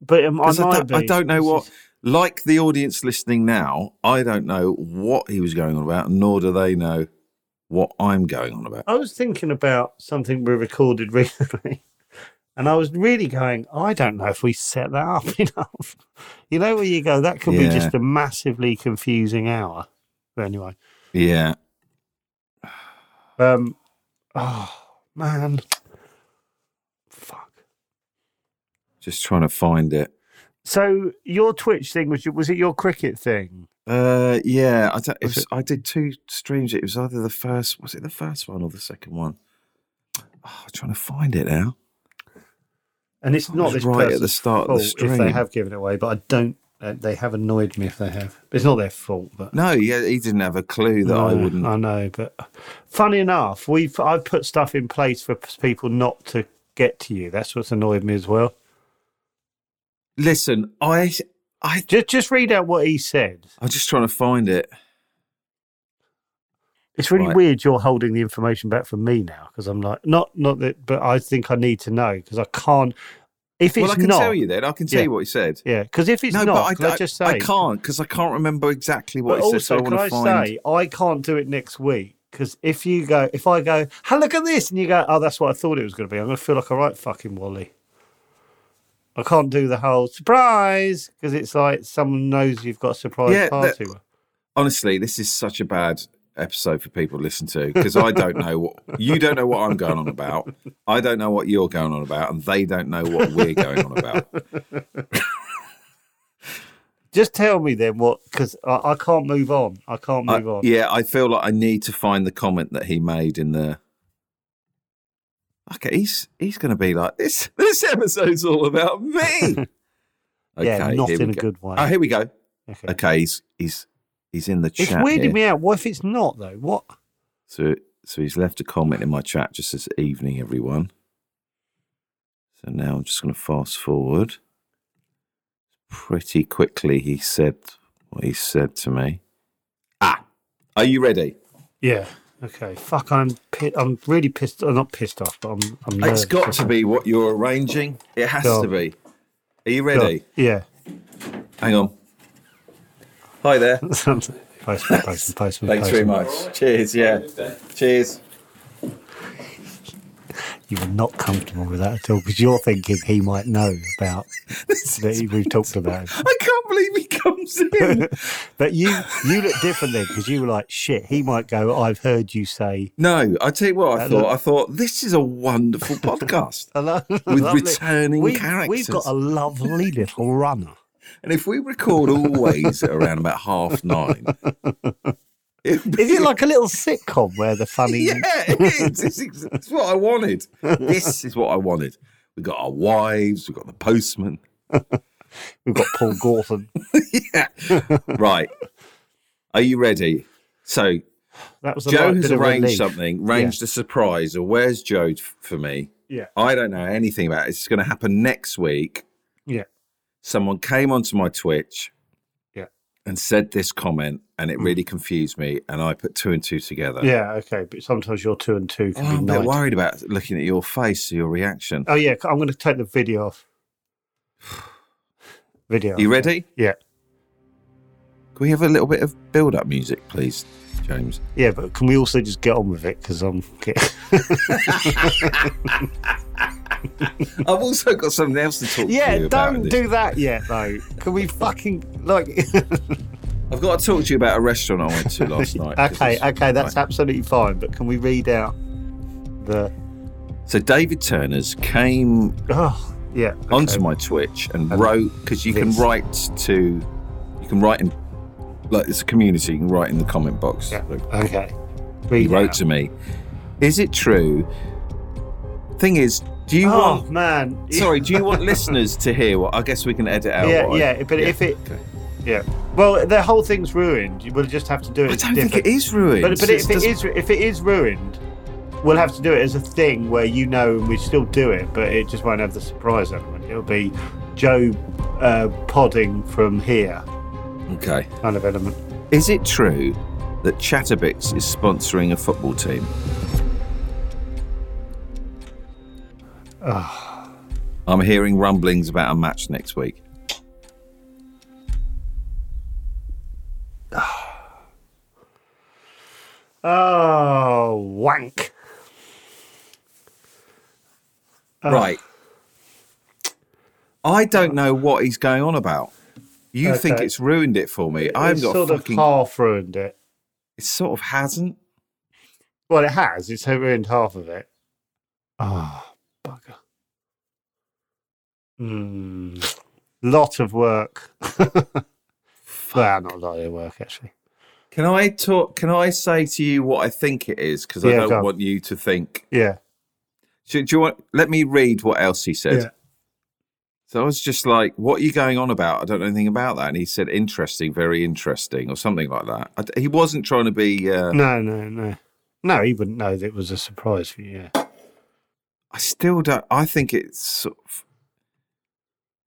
Speaker 3: but um, I,
Speaker 4: 'Cause I,
Speaker 3: might
Speaker 4: don't, I
Speaker 3: be.
Speaker 4: don't know
Speaker 3: This
Speaker 4: what,
Speaker 3: is-
Speaker 4: like the audience listening now, I don't know what he was going on about, nor do they know what I'm going on about.
Speaker 3: I was thinking about something we recorded (laughs) recently, and I was really going, I don't know if we set that up (laughs) enough. you know, where you go, that could
Speaker 4: Yeah.
Speaker 3: be just a massively confusing hour. But anyway,
Speaker 4: Yeah.
Speaker 3: um, oh man, fuck.
Speaker 4: Just trying to find it.
Speaker 3: So your Twitch thing was was it your cricket thing?
Speaker 4: Uh, yeah, I, don't, it
Speaker 3: Was
Speaker 4: was, I did two streams. It was either the first, was it the first one or the second one? Oh, I'm trying to find it now.
Speaker 3: And it's
Speaker 4: That
Speaker 3: not
Speaker 4: was
Speaker 3: this
Speaker 4: right at the
Speaker 3: person's
Speaker 4: start of the
Speaker 3: fault if they
Speaker 4: stream.
Speaker 3: have given it away, but I don't. Uh, they have annoyed me if they have. It's not their fault, but
Speaker 4: No, yeah, he didn't have a clue that I
Speaker 3: No,
Speaker 4: wouldn't.
Speaker 3: I know, but funny enough, we've I've put stuff in place for p- people not to get to you. That's what's annoyed me as well.
Speaker 4: Listen, I, I,
Speaker 3: Just just read out what he said.
Speaker 4: I'm just trying to find it.
Speaker 3: It's really
Speaker 4: Right.
Speaker 3: weird you're holding the information back from me now because I'm like not not that, but I think I need to know because I can't. If it's
Speaker 4: well, I can
Speaker 3: not,
Speaker 4: tell you then. I can tell
Speaker 3: Yeah.
Speaker 4: you what he said.
Speaker 3: yeah, because if it's not,
Speaker 4: I,
Speaker 3: can I,
Speaker 4: I-
Speaker 3: just say
Speaker 4: I can't because I can't remember exactly what
Speaker 3: But
Speaker 4: he said. so
Speaker 3: also,
Speaker 4: I
Speaker 3: can
Speaker 4: want
Speaker 3: I
Speaker 4: to find.
Speaker 3: say I can't do it next week because if you go, if I go, hey, look at this, and you go, oh, that's what I thought it was going to be. I'm going to feel like a right fucking wally. I can't do the whole surprise because it's like someone knows you've got a surprise
Speaker 4: Yeah, that-
Speaker 3: party.
Speaker 4: honestly, this is such a bad episode for people to listen to because I don't know what you don't know what I'm going on about. I don't know what you're going on about, and they don't know what we're going
Speaker 3: (laughs)
Speaker 4: on about.
Speaker 3: Just tell me then what, because I, I can't move on. I can't
Speaker 4: I-
Speaker 3: move on.
Speaker 4: yeah, I feel like I need to find the comment that he made in the. Okay, he's he's going to be like this. This episode's all about me. okay,
Speaker 3: (laughs) yeah, not
Speaker 4: here we
Speaker 3: in a
Speaker 4: go.
Speaker 3: good way.
Speaker 4: Oh, here we go.
Speaker 3: okay.
Speaker 4: Okay, he's he's he's in the
Speaker 3: It's
Speaker 4: chat.
Speaker 3: weirding
Speaker 4: here.
Speaker 3: me out. What if it's not though? What?
Speaker 4: So so he's left a comment in my chat just says evening everyone. So now I'm just going to fast forward. Pretty quickly he said what he said to me. Ah, are you ready?
Speaker 3: Yeah. Okay. Fuck. I'm. Pi- I'm really pissed. I'm not pissed off, but I'm. I'm nervous.
Speaker 4: It's got to be what you're arranging. It has
Speaker 3: Go on.
Speaker 4: to be. Are you
Speaker 3: God.
Speaker 4: ready?
Speaker 3: Yeah. (laughs)
Speaker 4: Hang on. Hi (laughs) there.
Speaker 3: Post me, post me, post me,
Speaker 4: Thanks
Speaker 3: post
Speaker 4: very
Speaker 3: me.
Speaker 4: much. Cheers. Yeah. Cheers. (laughs)
Speaker 3: You were not comfortable with that at all because you're thinking he might know about that he- we've talked about. him.
Speaker 4: I can't believe he comes (laughs) in.
Speaker 3: But you you look different then because you were like, shit, he might go, I've heard you say (laughs)
Speaker 4: No, I tell you what I
Speaker 3: That
Speaker 4: thought.
Speaker 3: look-
Speaker 4: I thought this is
Speaker 3: (laughs)
Speaker 4: a wonderful podcast,
Speaker 3: a lo-
Speaker 4: With
Speaker 3: lovely-
Speaker 4: returning
Speaker 3: we, We've
Speaker 4: characters.
Speaker 3: got a lovely little runner.
Speaker 4: and if we record always at around about half nine, it'd be-
Speaker 3: Is it like a little sitcom where the funny.
Speaker 4: (laughs) yeah, it is. It's, ex- it's what I wanted. This is what I wanted. We got our wives. We got the postman. (laughs)
Speaker 3: We've got Paul Gorton.
Speaker 4: yeah. Right. Are you ready? So
Speaker 3: That was a
Speaker 4: Joe
Speaker 3: light
Speaker 4: has
Speaker 3: bit of
Speaker 4: arranged
Speaker 3: relief.
Speaker 4: something, arranged a surprise. Or where's Joe f- for me?
Speaker 3: Yeah.
Speaker 4: I don't know anything about it. It's going to happen next week.
Speaker 3: Yeah.
Speaker 4: someone came onto my Twitch
Speaker 3: Yeah. Mm.
Speaker 4: and said this comment, and it really confused me. And I put two and two together.
Speaker 3: Yeah, okay. But sometimes your two and two
Speaker 4: Oh,
Speaker 3: can
Speaker 4: I'm
Speaker 3: be
Speaker 4: a bit
Speaker 3: nine.
Speaker 4: worried about looking at your face, your reaction.
Speaker 3: Oh yeah, I'm going to take the video (sighs) off. Video.
Speaker 4: you ready?
Speaker 3: Oh, Yeah,
Speaker 4: Can we have a little bit of build up music, please,
Speaker 3: (laughs)
Speaker 4: James?
Speaker 3: yeah. But can we also just get on with it? Because I'm.
Speaker 4: I've also got something else to talk
Speaker 3: (laughs)
Speaker 4: to
Speaker 3: yeah,
Speaker 4: you about. in
Speaker 3: don't
Speaker 4: this.
Speaker 3: do that yet, though. Can we fucking like? (laughs)
Speaker 4: I've got to talk to you about a restaurant I went to last night. 'cause
Speaker 3: okay,
Speaker 4: it's-
Speaker 3: okay, that's
Speaker 4: Right.
Speaker 3: absolutely fine. But can we read out the?
Speaker 4: So David Turner's came
Speaker 3: Oh, yeah. Okay.
Speaker 4: onto my Twitch and wrote because you
Speaker 3: Vince.
Speaker 4: can write to you can write in like it's a community you can write in the comment box.
Speaker 3: Yeah.
Speaker 4: So
Speaker 3: Okay.
Speaker 4: he
Speaker 3: Read it
Speaker 4: wrote
Speaker 3: out.
Speaker 4: to me, "Is it true?" Thing is, do you
Speaker 3: Oh (laughs)
Speaker 4: want?
Speaker 3: man.
Speaker 4: Sorry, do you want listeners to hear what? I guess we can edit out.
Speaker 3: Yeah,
Speaker 4: what I-
Speaker 3: yeah. But if it,
Speaker 4: okay.
Speaker 3: yeah. Well, the whole thing's ruined. We'll just have to do it.
Speaker 4: I don't think
Speaker 3: different.
Speaker 4: it is ruined.
Speaker 3: But, but
Speaker 4: It's
Speaker 3: if it
Speaker 4: just-
Speaker 3: is if it is ruined, we'll have to do it as a thing where you know and we still do it, but it just won't have the surprise element. It'll be Joe uh, podding from here
Speaker 4: okay.
Speaker 3: kind of element.
Speaker 4: Is it true that Chatterbits is sponsoring a football team?
Speaker 3: Ah.
Speaker 4: I'm hearing rumblings about a match next week.
Speaker 3: Oh wank!
Speaker 4: right. I don't know what he's going on about. You think
Speaker 3: Okay.
Speaker 4: it's ruined it for me. I
Speaker 3: It's
Speaker 4: haven't got a
Speaker 3: sort
Speaker 4: fucking.
Speaker 3: of half ruined it.
Speaker 4: It sort of hasn't.
Speaker 3: Well, it has. It's ruined half of it. Ah, bugger. Hmm. Lot of (laughs) work. well, not a lot of work actually.
Speaker 4: Can I talk? Can I say to you what I think it is? Because
Speaker 3: Yeah,
Speaker 4: I
Speaker 3: go on.
Speaker 4: don't want you to think.
Speaker 3: Yeah.
Speaker 4: Do, do you want? Let me read what else he said.
Speaker 3: Yeah.
Speaker 4: So I was just like, "What are you going on about? I don't know anything about that." And he said, "Interesting, very interesting," or something like that. I d he wasn't trying to be. Uh,
Speaker 3: No, no, no. No, he wouldn't know that it was a surprise for you. Yeah.
Speaker 4: I still don't. I think it's sort of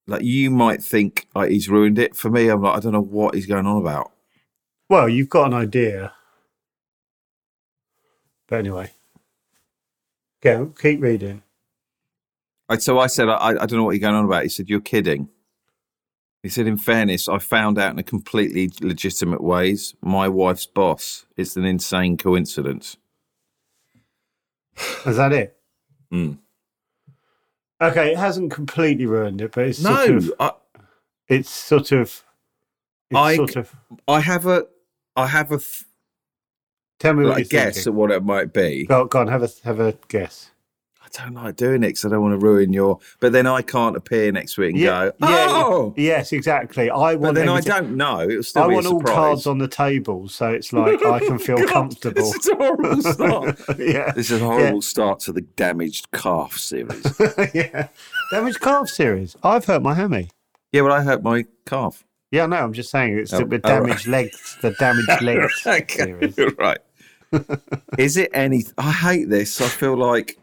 Speaker 4: like you might think like, he's ruined it for me. I'm like, I don't know what he's going on about.
Speaker 3: Well, you've got an idea. But anyway. Go, keep reading.
Speaker 4: I, so I said, I, I don't know what you're going on about. He said, You're kidding. He said, In fairness, I found out in a completely legitimate ways. My wife's boss. It's an insane coincidence.
Speaker 3: Is that it? Hmm.
Speaker 4: Mm.
Speaker 3: Okay, it hasn't completely ruined it, but it's sort
Speaker 4: No,
Speaker 3: of
Speaker 4: I,
Speaker 3: it's sort of it's
Speaker 4: I-
Speaker 3: sort of
Speaker 4: I have a I have a, f-
Speaker 3: Tell me what
Speaker 4: like, a
Speaker 3: you
Speaker 4: guess at what it might be.
Speaker 3: Go, go on, have a have a guess.
Speaker 4: I don't like doing it because I don't want to ruin your. But then I can't appear next week and
Speaker 3: Yeah,
Speaker 4: go. Oh,
Speaker 3: Yes, exactly. I
Speaker 4: but
Speaker 3: want.
Speaker 4: then I
Speaker 3: everything-
Speaker 4: don't know. It was still
Speaker 3: I
Speaker 4: be a
Speaker 3: want all
Speaker 4: surprise.
Speaker 3: cards on the table, so it's like I
Speaker 4: (laughs)
Speaker 3: can feel
Speaker 4: God,
Speaker 3: comfortable.
Speaker 4: This is a horrible start.
Speaker 3: (laughs) yeah,
Speaker 5: This is a horrible start to the damaged calf series.
Speaker 3: (laughs) yeah. Damage calf series. I've hurt my hammy.
Speaker 4: yeah, but I hurt my calf.
Speaker 3: (laughs) Yeah, no, I'm just saying it's
Speaker 4: Oh,
Speaker 3: the, the
Speaker 4: all right.
Speaker 3: damaged legs. The
Speaker 4: (laughs)
Speaker 3: damaged legs.
Speaker 4: okay,
Speaker 3: series.
Speaker 4: you're (laughs)
Speaker 3: (laughs)
Speaker 4: right. is it any? I hate this. I feel like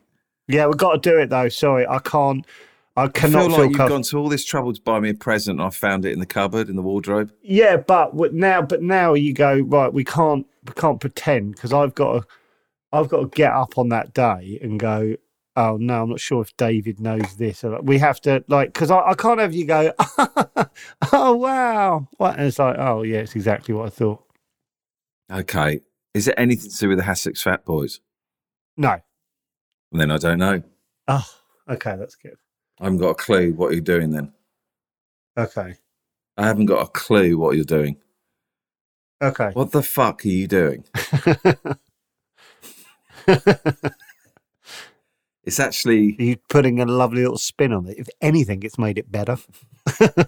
Speaker 3: Yeah, we've got to do it though. Sorry, I can't. I
Speaker 4: I
Speaker 3: cannot
Speaker 4: feel
Speaker 3: feel,
Speaker 4: like you've
Speaker 3: comf-
Speaker 4: gone to all this trouble to buy me a present. and I found it in the cupboard in the wardrobe.
Speaker 3: Yeah, but what- now, but now you go right. We can't, we can't pretend because I've got to, I've got to get up on that day and go. Oh no, I'm not sure if David knows this. Or, We have to like because I, I can't have you go. (laughs) oh wow, what? And it's like oh yeah, it's exactly what I thought.
Speaker 4: Okay, is it anything to do with the Hassocks Fat Boys?
Speaker 3: No.
Speaker 4: And then I don't know.
Speaker 3: Oh, okay, that's good.
Speaker 4: I haven't got a clue what you're doing. Then
Speaker 3: Okay,
Speaker 4: I haven't got a clue what you're doing.
Speaker 3: okay.
Speaker 4: What the fuck are you doing?
Speaker 3: (laughs)
Speaker 4: It's actually
Speaker 3: Are you putting a lovely little spin on it? If anything, it's made it better (laughs)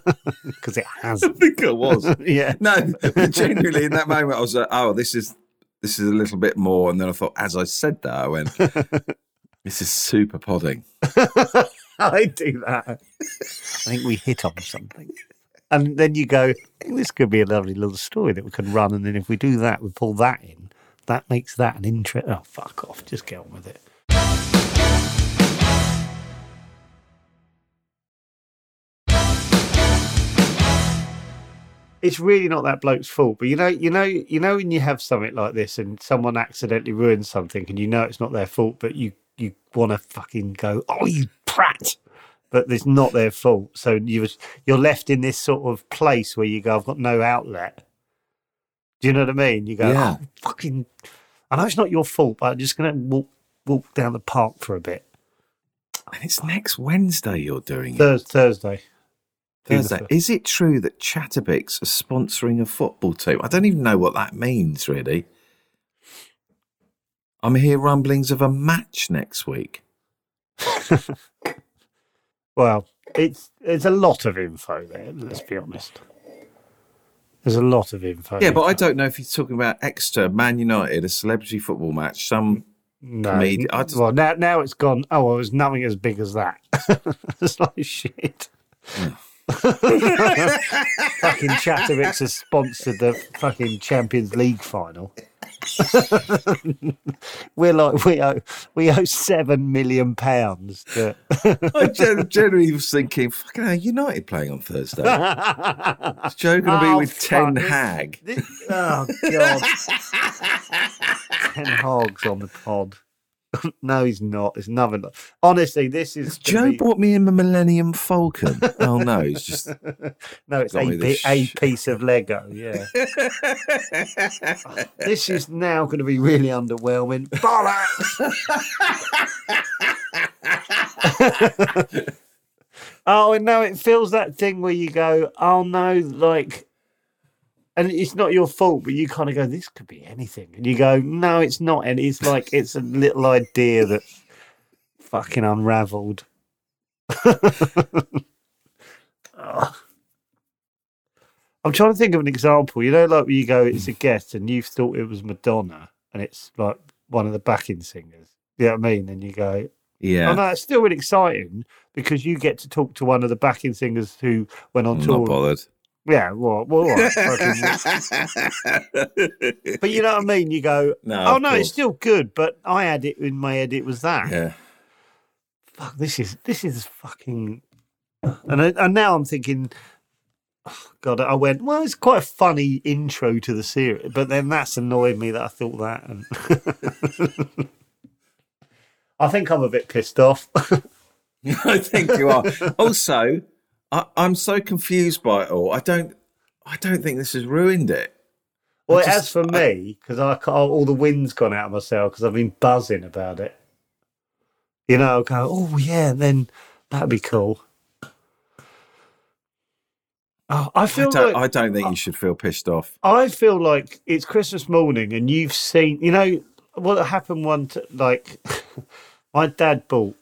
Speaker 3: because it has.
Speaker 4: I (laughs) think I was.
Speaker 3: yeah.
Speaker 4: No, but genuinely, in that moment, I was like, "Oh, this is this is a little bit more." And then I thought, as I said that, I went, "This is super podding."
Speaker 3: (laughs) I do that. I think we hit on something. And then you go, "Hey, this could be a lovely little story that we can run. And then if we do that, we pull that in. That makes that an interest. Oh, fuck off. Just get on with it. It's really not that bloke's fault, but you know, you know, you know, when you have something like this and someone accidentally ruins something, and you know it's not their fault, but you you want to fucking go, oh, you prat! But it's not their fault, so you was- you're left in this sort of place where you go, I've got no outlet. Do you know what I mean? You go,
Speaker 4: Yeah.
Speaker 3: oh, fucking. I know it's not your fault, but I'm just gonna walk walk down the park for a bit.
Speaker 4: And it's next Wednesday you're doing it.
Speaker 3: Thurs Thursday.
Speaker 4: Thursday. Is it true that Chatterbix are sponsoring a football team? I don't even know what that means, really. I'm hear rumblings of a match next week.
Speaker 3: Well, it's there's a lot of info there. Let's be honest. There's a lot of info.
Speaker 4: Yeah, but I
Speaker 3: there.
Speaker 4: don't know if he's talking about Exeter, Man United, a celebrity football match, some
Speaker 3: No,
Speaker 4: Made- I just-
Speaker 3: well now now it's gone. Oh, well, it was nothing as big as that. (laughs) it's like shit.
Speaker 4: Hmm.
Speaker 3: (laughs) fucking Chatterix has sponsored the fucking Champions League final. (laughs) We're like we owe we owe seven million pounds. To...
Speaker 4: I gen- generally was thinking, fucking hell, United playing on
Speaker 3: (laughs)
Speaker 4: Thursday. Is Joe going to
Speaker 3: Oh,
Speaker 4: be with
Speaker 3: fuck.
Speaker 4: Ten Hag?
Speaker 3: This- oh god. (laughs) Ten hogs on the pod. (laughs) no, he's not. It's nothing. Honestly, this is
Speaker 4: Joe
Speaker 3: gonna be-
Speaker 4: bought me in a
Speaker 3: (laughs)
Speaker 4: Millennium Falcon. oh no, he's just
Speaker 3: no. It's
Speaker 4: got
Speaker 3: a,
Speaker 4: me
Speaker 3: bi-
Speaker 4: this
Speaker 3: a
Speaker 4: shit.
Speaker 3: piece of Lego.
Speaker 4: (laughs)
Speaker 3: Yeah. this is now going to be really underwhelming.
Speaker 4: (laughs)
Speaker 3: Bollocks. oh, and now it feels that thing where you go, "Oh no!" Like, and it's not your fault, but you kind of go, "This could be anything," and you go, "No, it's not." And it's like it's a little idea that fucking (laughs) unravelled. Ugh. I'm trying to think of an example. You know, like where you go, it's a guest, and you thought it was Madonna, and it's like one of the backing singers. You know what I mean? And you go,
Speaker 4: yeah.
Speaker 3: oh no, it's still really exciting because you get to talk to one of the backing singers who went on
Speaker 4: I'm
Speaker 3: tour.
Speaker 4: not
Speaker 3: (laughs)
Speaker 4: bothered. (laughs)
Speaker 3: Yeah, well, well, all right, fucking- but you know what I mean? You go,
Speaker 4: No,
Speaker 3: oh
Speaker 4: of
Speaker 3: no,
Speaker 4: course.
Speaker 3: it's still good, but I had it in my head, it was that.
Speaker 4: Yeah. (laughs)
Speaker 3: fuck this is this is fucking and I, and now I'm thinking oh, god I went well it's quite a funny intro to the series but then that's annoyed me that I thought that and (laughs) I think I'm a bit pissed off (laughs)
Speaker 4: I think you are. Also, I, I'm so confused by it all. I don't. I don't think this has ruined it.
Speaker 3: well
Speaker 4: just-
Speaker 3: as for me because I ca- oh, all the wind's gone out of my sail because I've been buzzing about it you know I'll go oh yeah then that'd be cool Oh, I
Speaker 4: I
Speaker 3: feel
Speaker 4: don't,
Speaker 3: like
Speaker 4: I don't think you should feel pissed off.
Speaker 3: I feel like it's Christmas morning and you've seen, you know, what happened one t- like (laughs) my dad bought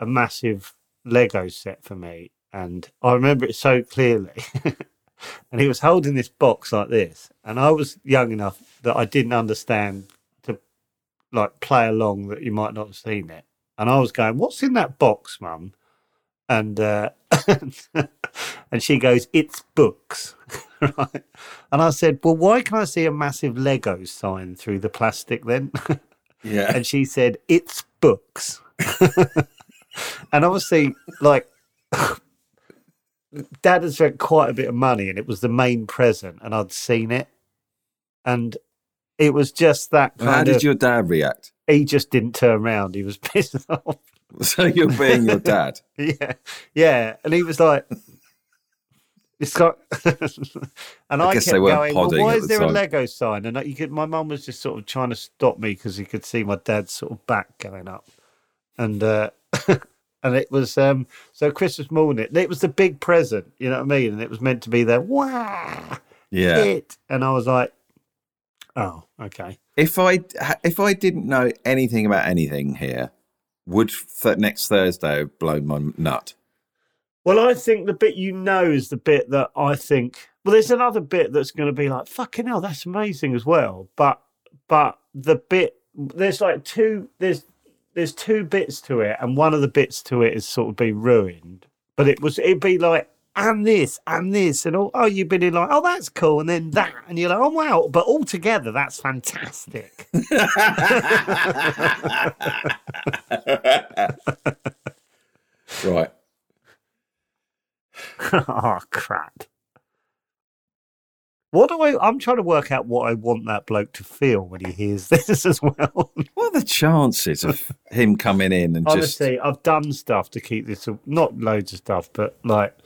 Speaker 3: a massive Lego set for me and I remember it so clearly. (laughs) and he was holding this box like this and I was young enough that I didn't understand to like play along that you might not have seen it. And I was going, "What's in that box, mum?" And uh, (laughs) and she goes, "It's books." (laughs) right? And I said, Well, why can I see a massive Lego sign through the plastic then? (laughs)
Speaker 4: Yeah.
Speaker 3: and she said, It's books. (laughs) and obviously, like, (laughs) dad had spent quite a bit of money and it was the main present, and I'd seen it. And it was just that kind
Speaker 4: How
Speaker 3: of.
Speaker 4: did your dad react? (laughs)
Speaker 3: He just didn't turn around. He was (laughs) pissed off.
Speaker 4: So you're being
Speaker 3: (laughs)
Speaker 4: your dad.
Speaker 3: Yeah. Yeah. And he was like, (laughs) it's got, (laughs) and
Speaker 4: I
Speaker 3: I,
Speaker 4: guess they
Speaker 3: kept
Speaker 4: weren't
Speaker 3: going, well,
Speaker 4: podding
Speaker 3: why
Speaker 4: at
Speaker 3: is
Speaker 4: the
Speaker 3: there a
Speaker 4: time."
Speaker 3: Lego sign? And I- you could, my mum was just sort of trying to stop me because he could see my dad's sort of back going up. And, uh, (laughs) and it was, um, so Christmas morning, it was the big present, you know what I mean? And it was meant to be there, wow,
Speaker 4: Yeah.
Speaker 3: it. And I was like, oh, okay.
Speaker 4: If I if I didn't know anything about anything here, would th- next Thursday have blown my
Speaker 3: (laughs)
Speaker 4: nut?
Speaker 3: Well, I think the bit you know is the bit that I think. Well, there's another bit that's going to be like fucking hell, that's amazing as well. But but the bit there's like two there's there's two bits to it, and one of the bits to it is sort of been ruined. But it was it'd be like and this and this and all. Oh, you've been in like oh that's cool, and then that, and you're like oh wow. But all together, that's fantastic.
Speaker 4: Right.
Speaker 3: (laughs) oh crap. What do I? I'm trying to work out what I want that bloke to feel when he hears (laughs) this as well.
Speaker 4: What are the chances of him coming in and just
Speaker 3: Honestly, I've done stuff to keep this not loads of stuff, but like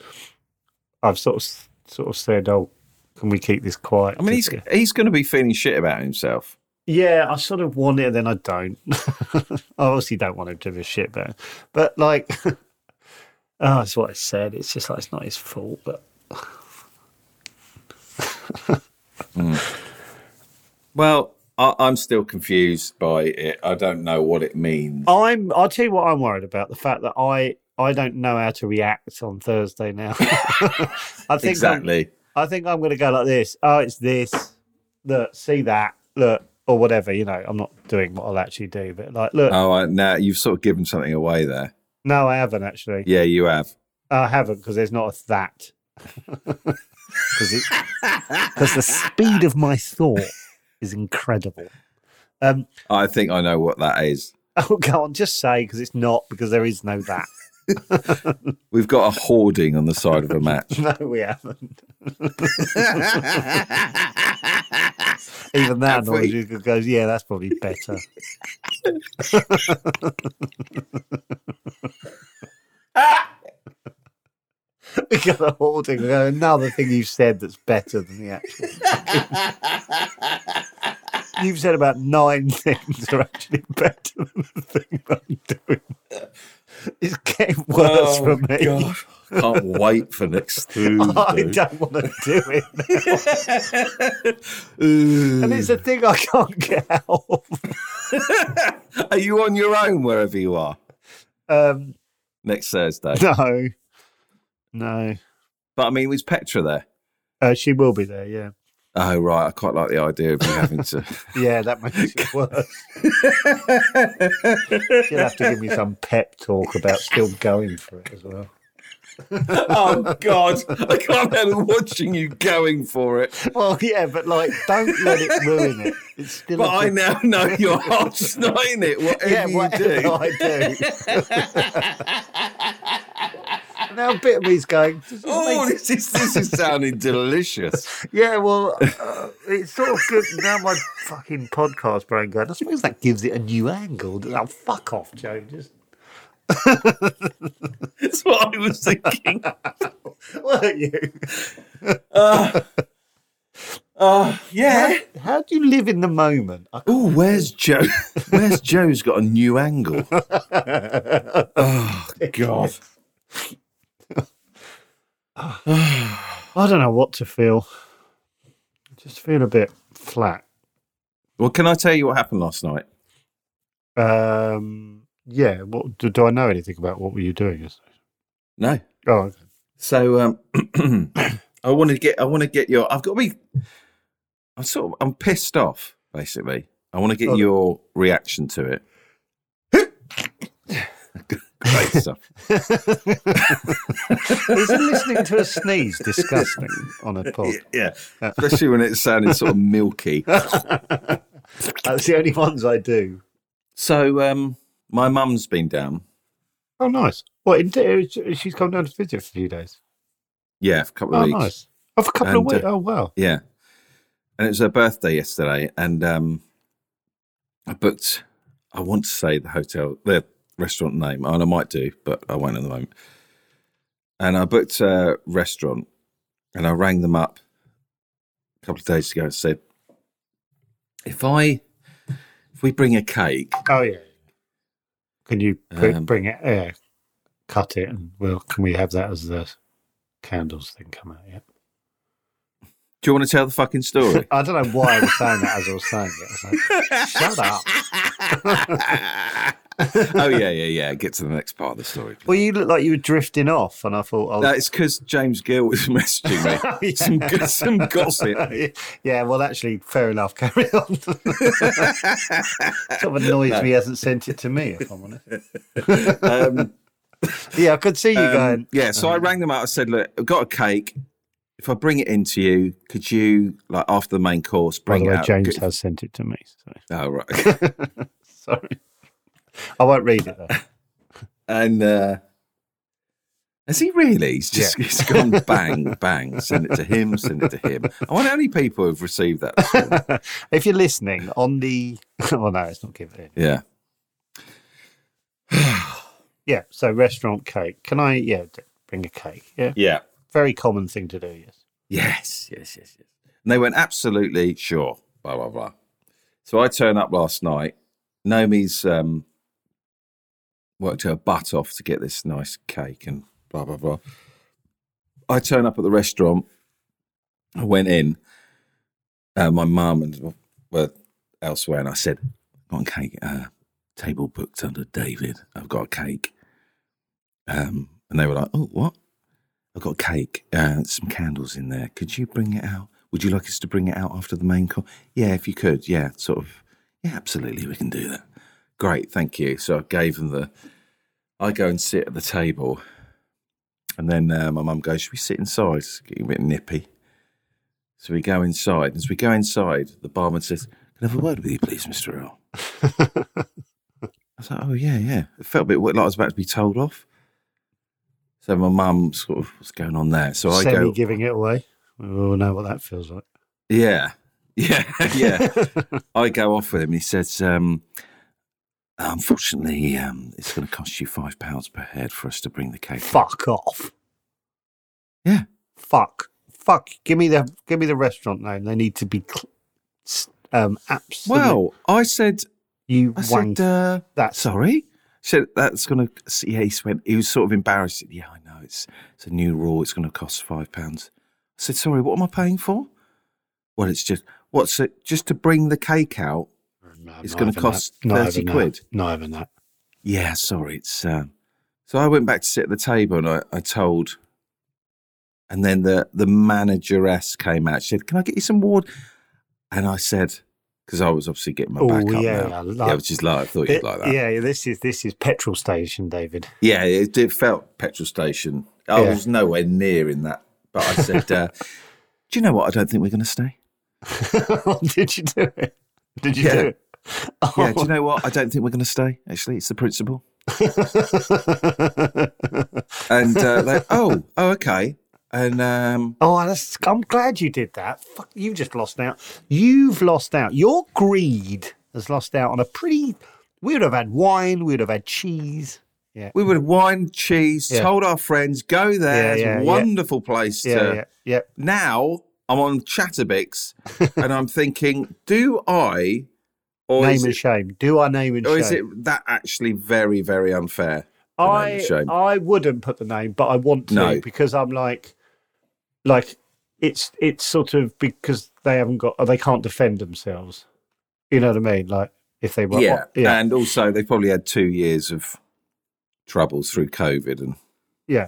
Speaker 3: I've sort of sort of said, "Oh, can we keep this quiet?"
Speaker 4: I mean, he's he's going to be feeling shit about himself.
Speaker 3: yeah, I sort of want it, and then I don't. (laughs) I obviously don't want him to be shit, but but like, (laughs) oh, that's what I said. It's just like it's not his fault, but
Speaker 4: Well, I, I'm still confused by it. I don't know what it means.
Speaker 3: I'm. I'll tell you what I'm worried about: the fact that I I don't know how to react on Thursday now. (laughs) I think I'm,
Speaker 4: exactly.
Speaker 3: I think I'm going to go like this. Oh, it's this. Look, see that. Look, or whatever. You know, I'm not doing what I'll actually do, but like, look,
Speaker 4: Oh, I, now you've sort of given something away there.
Speaker 3: no, I haven't actually.
Speaker 4: Yeah, you have.
Speaker 3: I haven't because there's not a that. (laughs) Because the speed of my thought is incredible. Um, (laughs)
Speaker 4: I think I know what that is.
Speaker 3: oh, go on, just say because it's not because there is no that. (laughs)
Speaker 4: We've got a hoarding on the side of a (laughs) match.
Speaker 3: No, we haven't. Even that
Speaker 4: Have
Speaker 3: noise
Speaker 4: we?
Speaker 3: you could go, yeah, that's probably better. (laughs) we got a hoarding. we got another thing you've said that's better than the actual. you've said about nine (laughs) things are actually better than the thing that I'm doing. It's getting worse for me.
Speaker 4: Oh, God. Can't wait for next
Speaker 3: (laughs)
Speaker 4: (laughs)
Speaker 3: I
Speaker 4: Thursday.
Speaker 3: don't want to do it.
Speaker 4: Ooh.
Speaker 3: And it's a thing I can't get out of.
Speaker 4: Are you on your own wherever you are
Speaker 3: Um,
Speaker 4: next Thursday?
Speaker 3: (laughs) no, no.
Speaker 4: But I mean, was Petra there?
Speaker 3: Uh, she will be there. Yeah,
Speaker 4: Oh right, I quite like the idea of you having (laughs) to.
Speaker 3: yeah. That makes it
Speaker 4: (laughs)
Speaker 3: worse. She'll have to give me some pep talk about still going for it as well.
Speaker 4: oh God, I can't handle watching you going for it.
Speaker 3: Well, yeah, but like, don't let it ruin it. It's still.
Speaker 4: But
Speaker 3: a
Speaker 4: I
Speaker 3: thing.
Speaker 4: now know your heart's not in it. Whatever
Speaker 3: Yeah,
Speaker 4: you
Speaker 3: whatever
Speaker 4: do,
Speaker 3: I do. (laughs) now a bit of me's going. "Does this make
Speaker 4: oh, this is this is sounding (laughs) delicious.
Speaker 3: Yeah, well, uh, it's sort of good now. My fucking podcast brain going. I suppose that gives it a new angle. Oh, fuck off, Joe. Just
Speaker 4: That's what I was thinking.
Speaker 3: were you?
Speaker 4: Uh, yeah.
Speaker 3: (laughs) How do you live in the moment? I-
Speaker 4: Oh, where's Joe?
Speaker 3: (laughs)
Speaker 4: Where's Joe's got a new angle? Oh God.
Speaker 3: I don't know what to feel. I just feel a bit flat.
Speaker 4: Well, can I tell you what happened last night?
Speaker 3: Um, yeah. What do, do I know anything about? What were you doing? yesterday?
Speaker 4: No.
Speaker 3: Oh, okay.
Speaker 4: So um, (clears throat) I want to get I want to get your I've got me I'm sort of I'm pissed off basically. I want to get
Speaker 3: Oh.
Speaker 4: your reaction to
Speaker 3: (laughs)
Speaker 4: it. Great
Speaker 3: (laughs)
Speaker 4: stuff.
Speaker 3: Isn't listening to a sneeze disgusting on a pod?
Speaker 4: Yeah, especially when it sounded sort of milky.
Speaker 3: (laughs) That's the only ones I do.
Speaker 4: So um, my mum's been down.
Speaker 3: Oh, nice. What? In, she's come down to visit for a few days.
Speaker 4: Yeah, for a couple of
Speaker 3: Oh,
Speaker 4: weeks.
Speaker 3: nice. Oh, for a couple
Speaker 4: And,
Speaker 3: of weeks.
Speaker 4: uh,
Speaker 3: oh, wow.
Speaker 4: Yeah. And it was her birthday yesterday. And um, I booked, I want to say the hotel, the restaurant name, and I might do, but I won't at the moment. And I booked a restaurant and I rang them up a couple of days ago and said, if I, if we bring a cake,
Speaker 3: Oh yeah. Can you br-
Speaker 4: Um,
Speaker 3: bring it? Yeah, cut it, and well, can we have that as the candles thing come out? Yeah.
Speaker 4: do you want to tell the fucking
Speaker 3: (laughs)
Speaker 4: story?
Speaker 3: I don't know why I was saying that as I was saying it. I was like, Shut up.
Speaker 4: oh, yeah, yeah, yeah. Get to the next part of
Speaker 3: (laughs)
Speaker 4: the story. please.
Speaker 3: Well, you looked like you were drifting off, and I thought, oh,
Speaker 4: That's because James Gill was (laughs) messaging
Speaker 3: (laughs)
Speaker 4: me. some, go- some gossip.
Speaker 3: yeah. Well, actually, fair enough. (laughs) Carry on. sort of annoys me he hasn't sent it to me. If I'm (laughs) honest.
Speaker 4: Um,
Speaker 3: Yeah, I could see you
Speaker 4: um,
Speaker 3: going.
Speaker 4: yeah, so I rang them out. I said, "Look, I've got a cake. If I bring it in to you, could you like after the main course
Speaker 3: By
Speaker 4: bring
Speaker 3: the way,
Speaker 4: it out?"
Speaker 3: James
Speaker 4: Good-
Speaker 3: has sent it to me. So.
Speaker 4: Oh right.
Speaker 3: Sorry, I won't read it though.
Speaker 4: and uh, has he really? He's just he's
Speaker 3: (laughs)
Speaker 4: gone bang bang. Send it to him. Send it to him. I wonder how many people have received that. this morning.
Speaker 3: (laughs) if you're listening on the (laughs) oh no it's not giving in
Speaker 4: yeah.
Speaker 3: yeah so restaurant cake can i yeah d- bring a cake yeah
Speaker 4: Yeah.
Speaker 3: very common thing to do yes
Speaker 4: Yes, yes, yes, yes. And they went absolutely sure. Blah blah blah. So I turn up last night. Naomi's um, worked her butt off to get this nice cake and blah blah blah. I turn up at the restaurant. I went in. Uh, my mum and were elsewhere, and I said, "Got a cake uh, table booked under David. I've got a cake." Um, and they were like, "Oh, what?" I've got cake, uh, some candles in there. Could you bring it out? Would you like us to bring it out after the main course? Yeah, if you could. Yeah, sort of. Yeah, absolutely, we can do that. Great, thank you. So I gave them the. I go and sit at the table, and then uh, my mum goes, "Should we sit inside? It's getting a bit nippy." So we go inside. As we go inside, the barman says, "Can I have a word with you, please, Mister Earl?" I was like, "Oh yeah, yeah." It felt a bit like I was about to be told off. So my mum sort of, "What's going on there?" So I
Speaker 3: semi
Speaker 4: go,
Speaker 3: giving it away we all know what that feels like
Speaker 4: yeah. Yeah. (laughs)
Speaker 3: (laughs)
Speaker 4: Yeah. I go off with him. He says, um, unfortunately, um, it's going to cost you £5 pounds per head for us to bring the cake.
Speaker 3: fuck off
Speaker 4: Yeah.
Speaker 3: fuck fuck give me the give me the restaurant name they need to be cl- s- um absolutely
Speaker 4: Well, I said,
Speaker 3: you
Speaker 4: I
Speaker 3: wank
Speaker 4: said, uh,
Speaker 3: that's
Speaker 4: sorry. Said that's going to, yeah, he went, he was sort of embarrassed. He said, Yeah, I know. It's, it's a new rule. It's going to cost £5. pounds." I said, sorry, what am I paying for? Well, it's just, what's it? Just to bring the cake out.
Speaker 3: No,
Speaker 4: it's
Speaker 3: not
Speaker 4: gonna
Speaker 3: having that.
Speaker 4: cost
Speaker 3: Not
Speaker 4: 30
Speaker 3: having that.
Speaker 4: quid.
Speaker 3: not having that
Speaker 4: Yeah, sorry. It's um, so I went back to sit at the table and I, I told, and then the the manageress came out. She said, "Can I get you some ward?" And I said, because I was obviously getting my
Speaker 3: Oh,
Speaker 4: back up
Speaker 3: yeah,
Speaker 4: now.
Speaker 3: I
Speaker 4: yeah,
Speaker 3: love-
Speaker 4: which is like I thought
Speaker 3: Th-
Speaker 4: you'd like that. Yeah,
Speaker 3: yeah this is this is petrol station david
Speaker 4: it did felt petrol station. I
Speaker 3: Yeah.
Speaker 4: was nowhere near in that, but
Speaker 3: (laughs)
Speaker 4: I said, uh, "Do you know what? I don't think we're going to stay."
Speaker 3: (laughs) did you do it? Did you
Speaker 4: Yeah.
Speaker 3: do it? Oh.
Speaker 4: Yeah,
Speaker 3: (laughs)
Speaker 4: do you know what? I don't think we're going to stay. Actually, it's the principal. And
Speaker 3: (laughs)
Speaker 4: uh, they, oh, oh, okay. And um,
Speaker 3: Oh, that's, I'm glad you did that. Fuck, you just lost out. You've lost out. Your greed has lost out on a pretty. We would have had wine. We would have had cheese. Yeah.
Speaker 4: We would wine, cheese,
Speaker 3: Yeah.
Speaker 4: told our friends, go there.
Speaker 3: Yeah,
Speaker 4: it's
Speaker 3: yeah,
Speaker 4: a
Speaker 3: yeah.
Speaker 4: wonderful place
Speaker 3: Yeah,
Speaker 4: to.
Speaker 3: yeah, yeah.
Speaker 4: Now I'm
Speaker 3: (laughs)
Speaker 4: on Chatterbix and I'm thinking, do I, or,
Speaker 3: Name
Speaker 4: is
Speaker 3: and
Speaker 4: it,
Speaker 3: shame. Do I name and
Speaker 4: or
Speaker 3: shame?
Speaker 4: is it that actually very, very unfair?
Speaker 3: I
Speaker 4: and shame?
Speaker 3: I wouldn't put the name, but I want to
Speaker 4: No.
Speaker 3: because I'm like, like it's it's sort of because they haven't got or they can't defend themselves. You know what I mean? Like if they were
Speaker 4: yeah.
Speaker 3: yeah,
Speaker 4: and also they probably had two years of troubles through COVID, and
Speaker 3: yeah.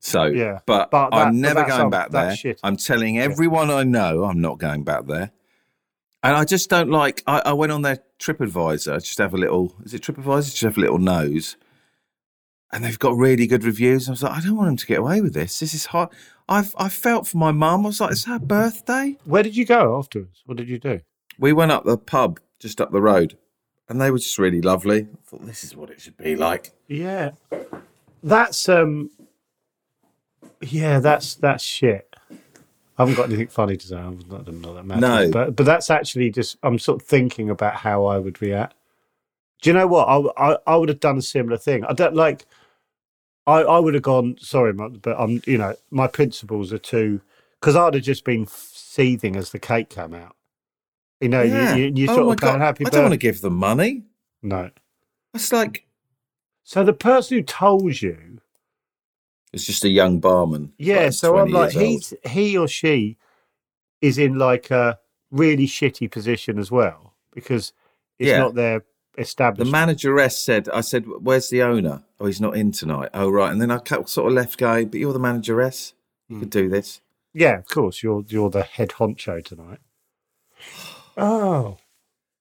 Speaker 4: so
Speaker 3: Yeah.
Speaker 4: But,
Speaker 3: But that-
Speaker 4: I'm
Speaker 3: but
Speaker 4: never
Speaker 3: that's
Speaker 4: going
Speaker 3: un-
Speaker 4: back
Speaker 3: that's
Speaker 4: there.
Speaker 3: shit.
Speaker 4: I'm telling everyone I know I'm not going back there. And I just don't like. I, I went on their TripAdvisor just to have a little. Is it TripAdvisor? Just to have a little nose. And they've got really good reviews. I was like, I don't want them to get away with this. This is hard. I've I felt for my mum. I was like, it's her birthday.
Speaker 3: Where did you go afterwards? What did you do?
Speaker 4: We went up the pub just up the road, and they were just really lovely. I thought this is what it should be like.
Speaker 3: Yeah, that's um, yeah, that's that's shit. I haven't got anything funny to say. I'm not, I'm not that mad.
Speaker 4: No.
Speaker 3: but but that's actually just I'm sort of thinking about how I would react. Do you know what? I I, I would have done a similar thing. I don't like. I I would have gone. Sorry, mu- but I'm you know my principles are too because I'd have just been seething as the cake came out. You know,
Speaker 4: Yeah.
Speaker 3: you, you, you
Speaker 4: Oh
Speaker 3: sort
Speaker 4: my
Speaker 3: of go,
Speaker 4: God.
Speaker 3: happy
Speaker 4: I don't want to
Speaker 3: birthday.
Speaker 4: give them money.
Speaker 3: No.
Speaker 4: It's like
Speaker 3: So the person who told you
Speaker 4: it's just a young barman.
Speaker 3: Yeah,
Speaker 4: like
Speaker 3: so I'm
Speaker 4: 20
Speaker 3: like
Speaker 4: years old.
Speaker 3: he's he or she is in like a really shitty position as well because it's
Speaker 4: Yeah.
Speaker 3: not their
Speaker 4: The
Speaker 3: established.
Speaker 4: manageress said, I said, where's the owner? Oh, he's not in tonight. Oh, right. And then I cut- sort of left going, but you're the manageress. You
Speaker 3: Hmm.
Speaker 4: could do this.
Speaker 3: yeah, of course, you're you're the head honcho
Speaker 4: (sighs)
Speaker 3: tonight. Oh,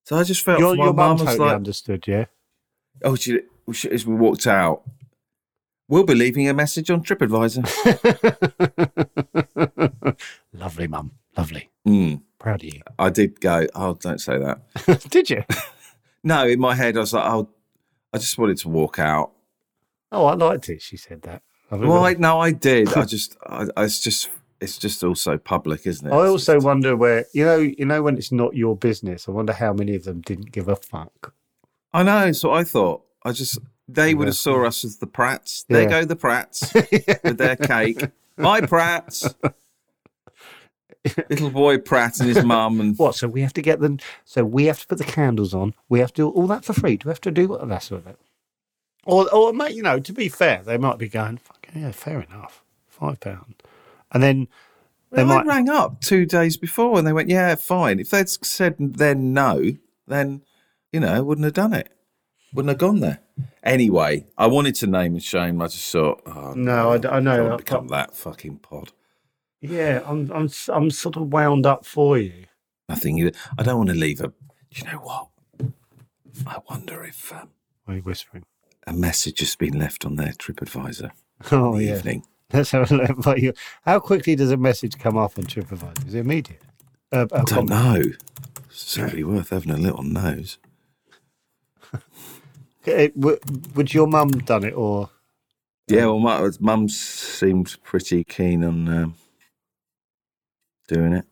Speaker 4: So I just felt
Speaker 3: your
Speaker 4: for my
Speaker 3: your mum
Speaker 4: mum was
Speaker 3: totally
Speaker 4: like,
Speaker 3: understood, yeah. (laughs)
Speaker 4: oh, she, she, as we walked out, we'll be leaving a message on TripAdvisor.
Speaker 3: lovely mum, lovely.
Speaker 4: mm.
Speaker 3: Proud of you.
Speaker 4: I did go, oh, don't say that.
Speaker 3: (laughs) Did you?
Speaker 4: No, in my head, I was like, oh, I just wanted to walk out.
Speaker 3: Oh, I liked it. She said that. I mean,
Speaker 4: Well, I, no, I did. I just, I, I, it's just, it's just also public, isn't it?
Speaker 3: I
Speaker 4: It's
Speaker 3: also
Speaker 4: just-
Speaker 3: wonder where you know you know when it's not your business. I wonder how many of them didn't give a fuck.
Speaker 4: I know. So I thought I just they would have saw us as the prats. There
Speaker 3: Yeah.
Speaker 4: go the prats
Speaker 3: (laughs)
Speaker 4: with their cake. My prats, little boy Pratt and his mum, and
Speaker 3: What? So we have to get them. So we have to put the candles on. We have to do all that for free. Do we have to do all that sort of it? Or, or mate, you know, to be fair, they might be going, "Fuck yeah, fair enough, five pound," and then they
Speaker 4: Well, I
Speaker 3: might.
Speaker 4: rang up two days before and they went, "Yeah, fine." If they'd said then no, then you know I wouldn't have done it. Wouldn't have gone there. Anyway, I wanted to name and shame. I just thought, oh,
Speaker 3: No, I d- I know.
Speaker 4: I've become that fucking pod.
Speaker 3: Yeah, I'm, I'm, s- I'm sort of wound up for you.
Speaker 4: Nothing. either. I don't want to leave a. Do you know what? I wonder if. Um,
Speaker 3: Why are you whispering? (laughs)
Speaker 4: a message has been left on their TripAdvisor
Speaker 3: Oh
Speaker 4: oh,
Speaker 3: yeah.
Speaker 4: evening.
Speaker 3: Let's have a look. (laughs) But you, how quickly does a message come up on TripAdvisor? Is it immediate? Uh, a
Speaker 4: Don't
Speaker 3: comment.
Speaker 4: know. Certainly worth having a little nose.
Speaker 3: It- eh, w- would your mum done it or?
Speaker 4: Yeah, well, my mum seemed pretty keen on um, doing it.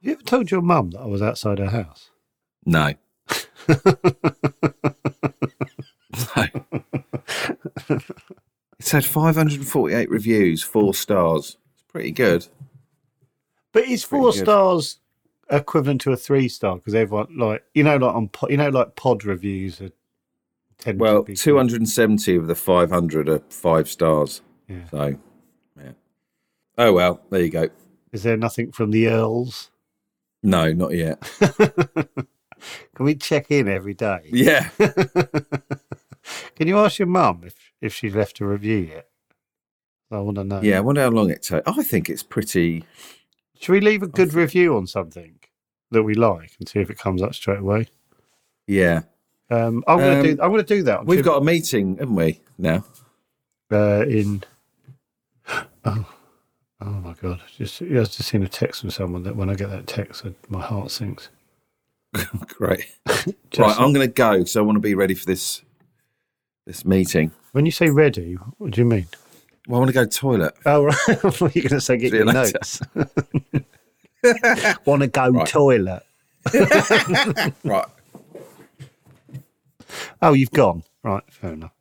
Speaker 3: You ever told your mum that I was outside her house? (laughs)
Speaker 4: No. (laughs)
Speaker 3: (laughs)
Speaker 4: no. It's had 548 reviews, four stars. It's pretty good.
Speaker 3: But is four
Speaker 4: good.
Speaker 3: stars equivalent to a three star? Because everyone like you know like on po- you know like pod reviews are tend to
Speaker 4: Well,
Speaker 3: be
Speaker 4: 270 of the 500 are five stars.
Speaker 3: Yeah.
Speaker 4: So, yeah. Oh, well, there you go.
Speaker 3: Is there nothing from the Earls? (laughs)
Speaker 4: No, not yet. (laughs)
Speaker 3: Can we check in every day?
Speaker 4: Yeah.
Speaker 3: (laughs) Can you ask your mum if if she left a review yet? I want to know.
Speaker 4: Yeah, I wonder how long it takes. I think it's pretty.
Speaker 3: Should we leave a good review on something that we like and see if it comes up straight away?
Speaker 4: Yeah,
Speaker 3: Um, I'm gonna
Speaker 4: Um,
Speaker 3: do. I'm gonna do that. on
Speaker 4: we've
Speaker 3: Twitter,
Speaker 4: got a meeting, haven't we? Now, (laughs)
Speaker 3: uh, in. (gasps) Oh, oh my god! Just yeah, I've just seen a text from someone that when I get that text, I- my heart sinks.
Speaker 4: great. right,
Speaker 3: Just-
Speaker 4: I'm going to go because I want to be ready for this this meeting.
Speaker 3: When you say ready, what do you mean?
Speaker 4: Well, I want to go to the toilet.
Speaker 3: Oh, right. (laughs) I thought you were going to say get
Speaker 4: See you
Speaker 3: your
Speaker 4: later.
Speaker 3: notes. (laughs) Want to go toilet?
Speaker 4: Right.
Speaker 3: Oh, you've gone. Right, fair enough.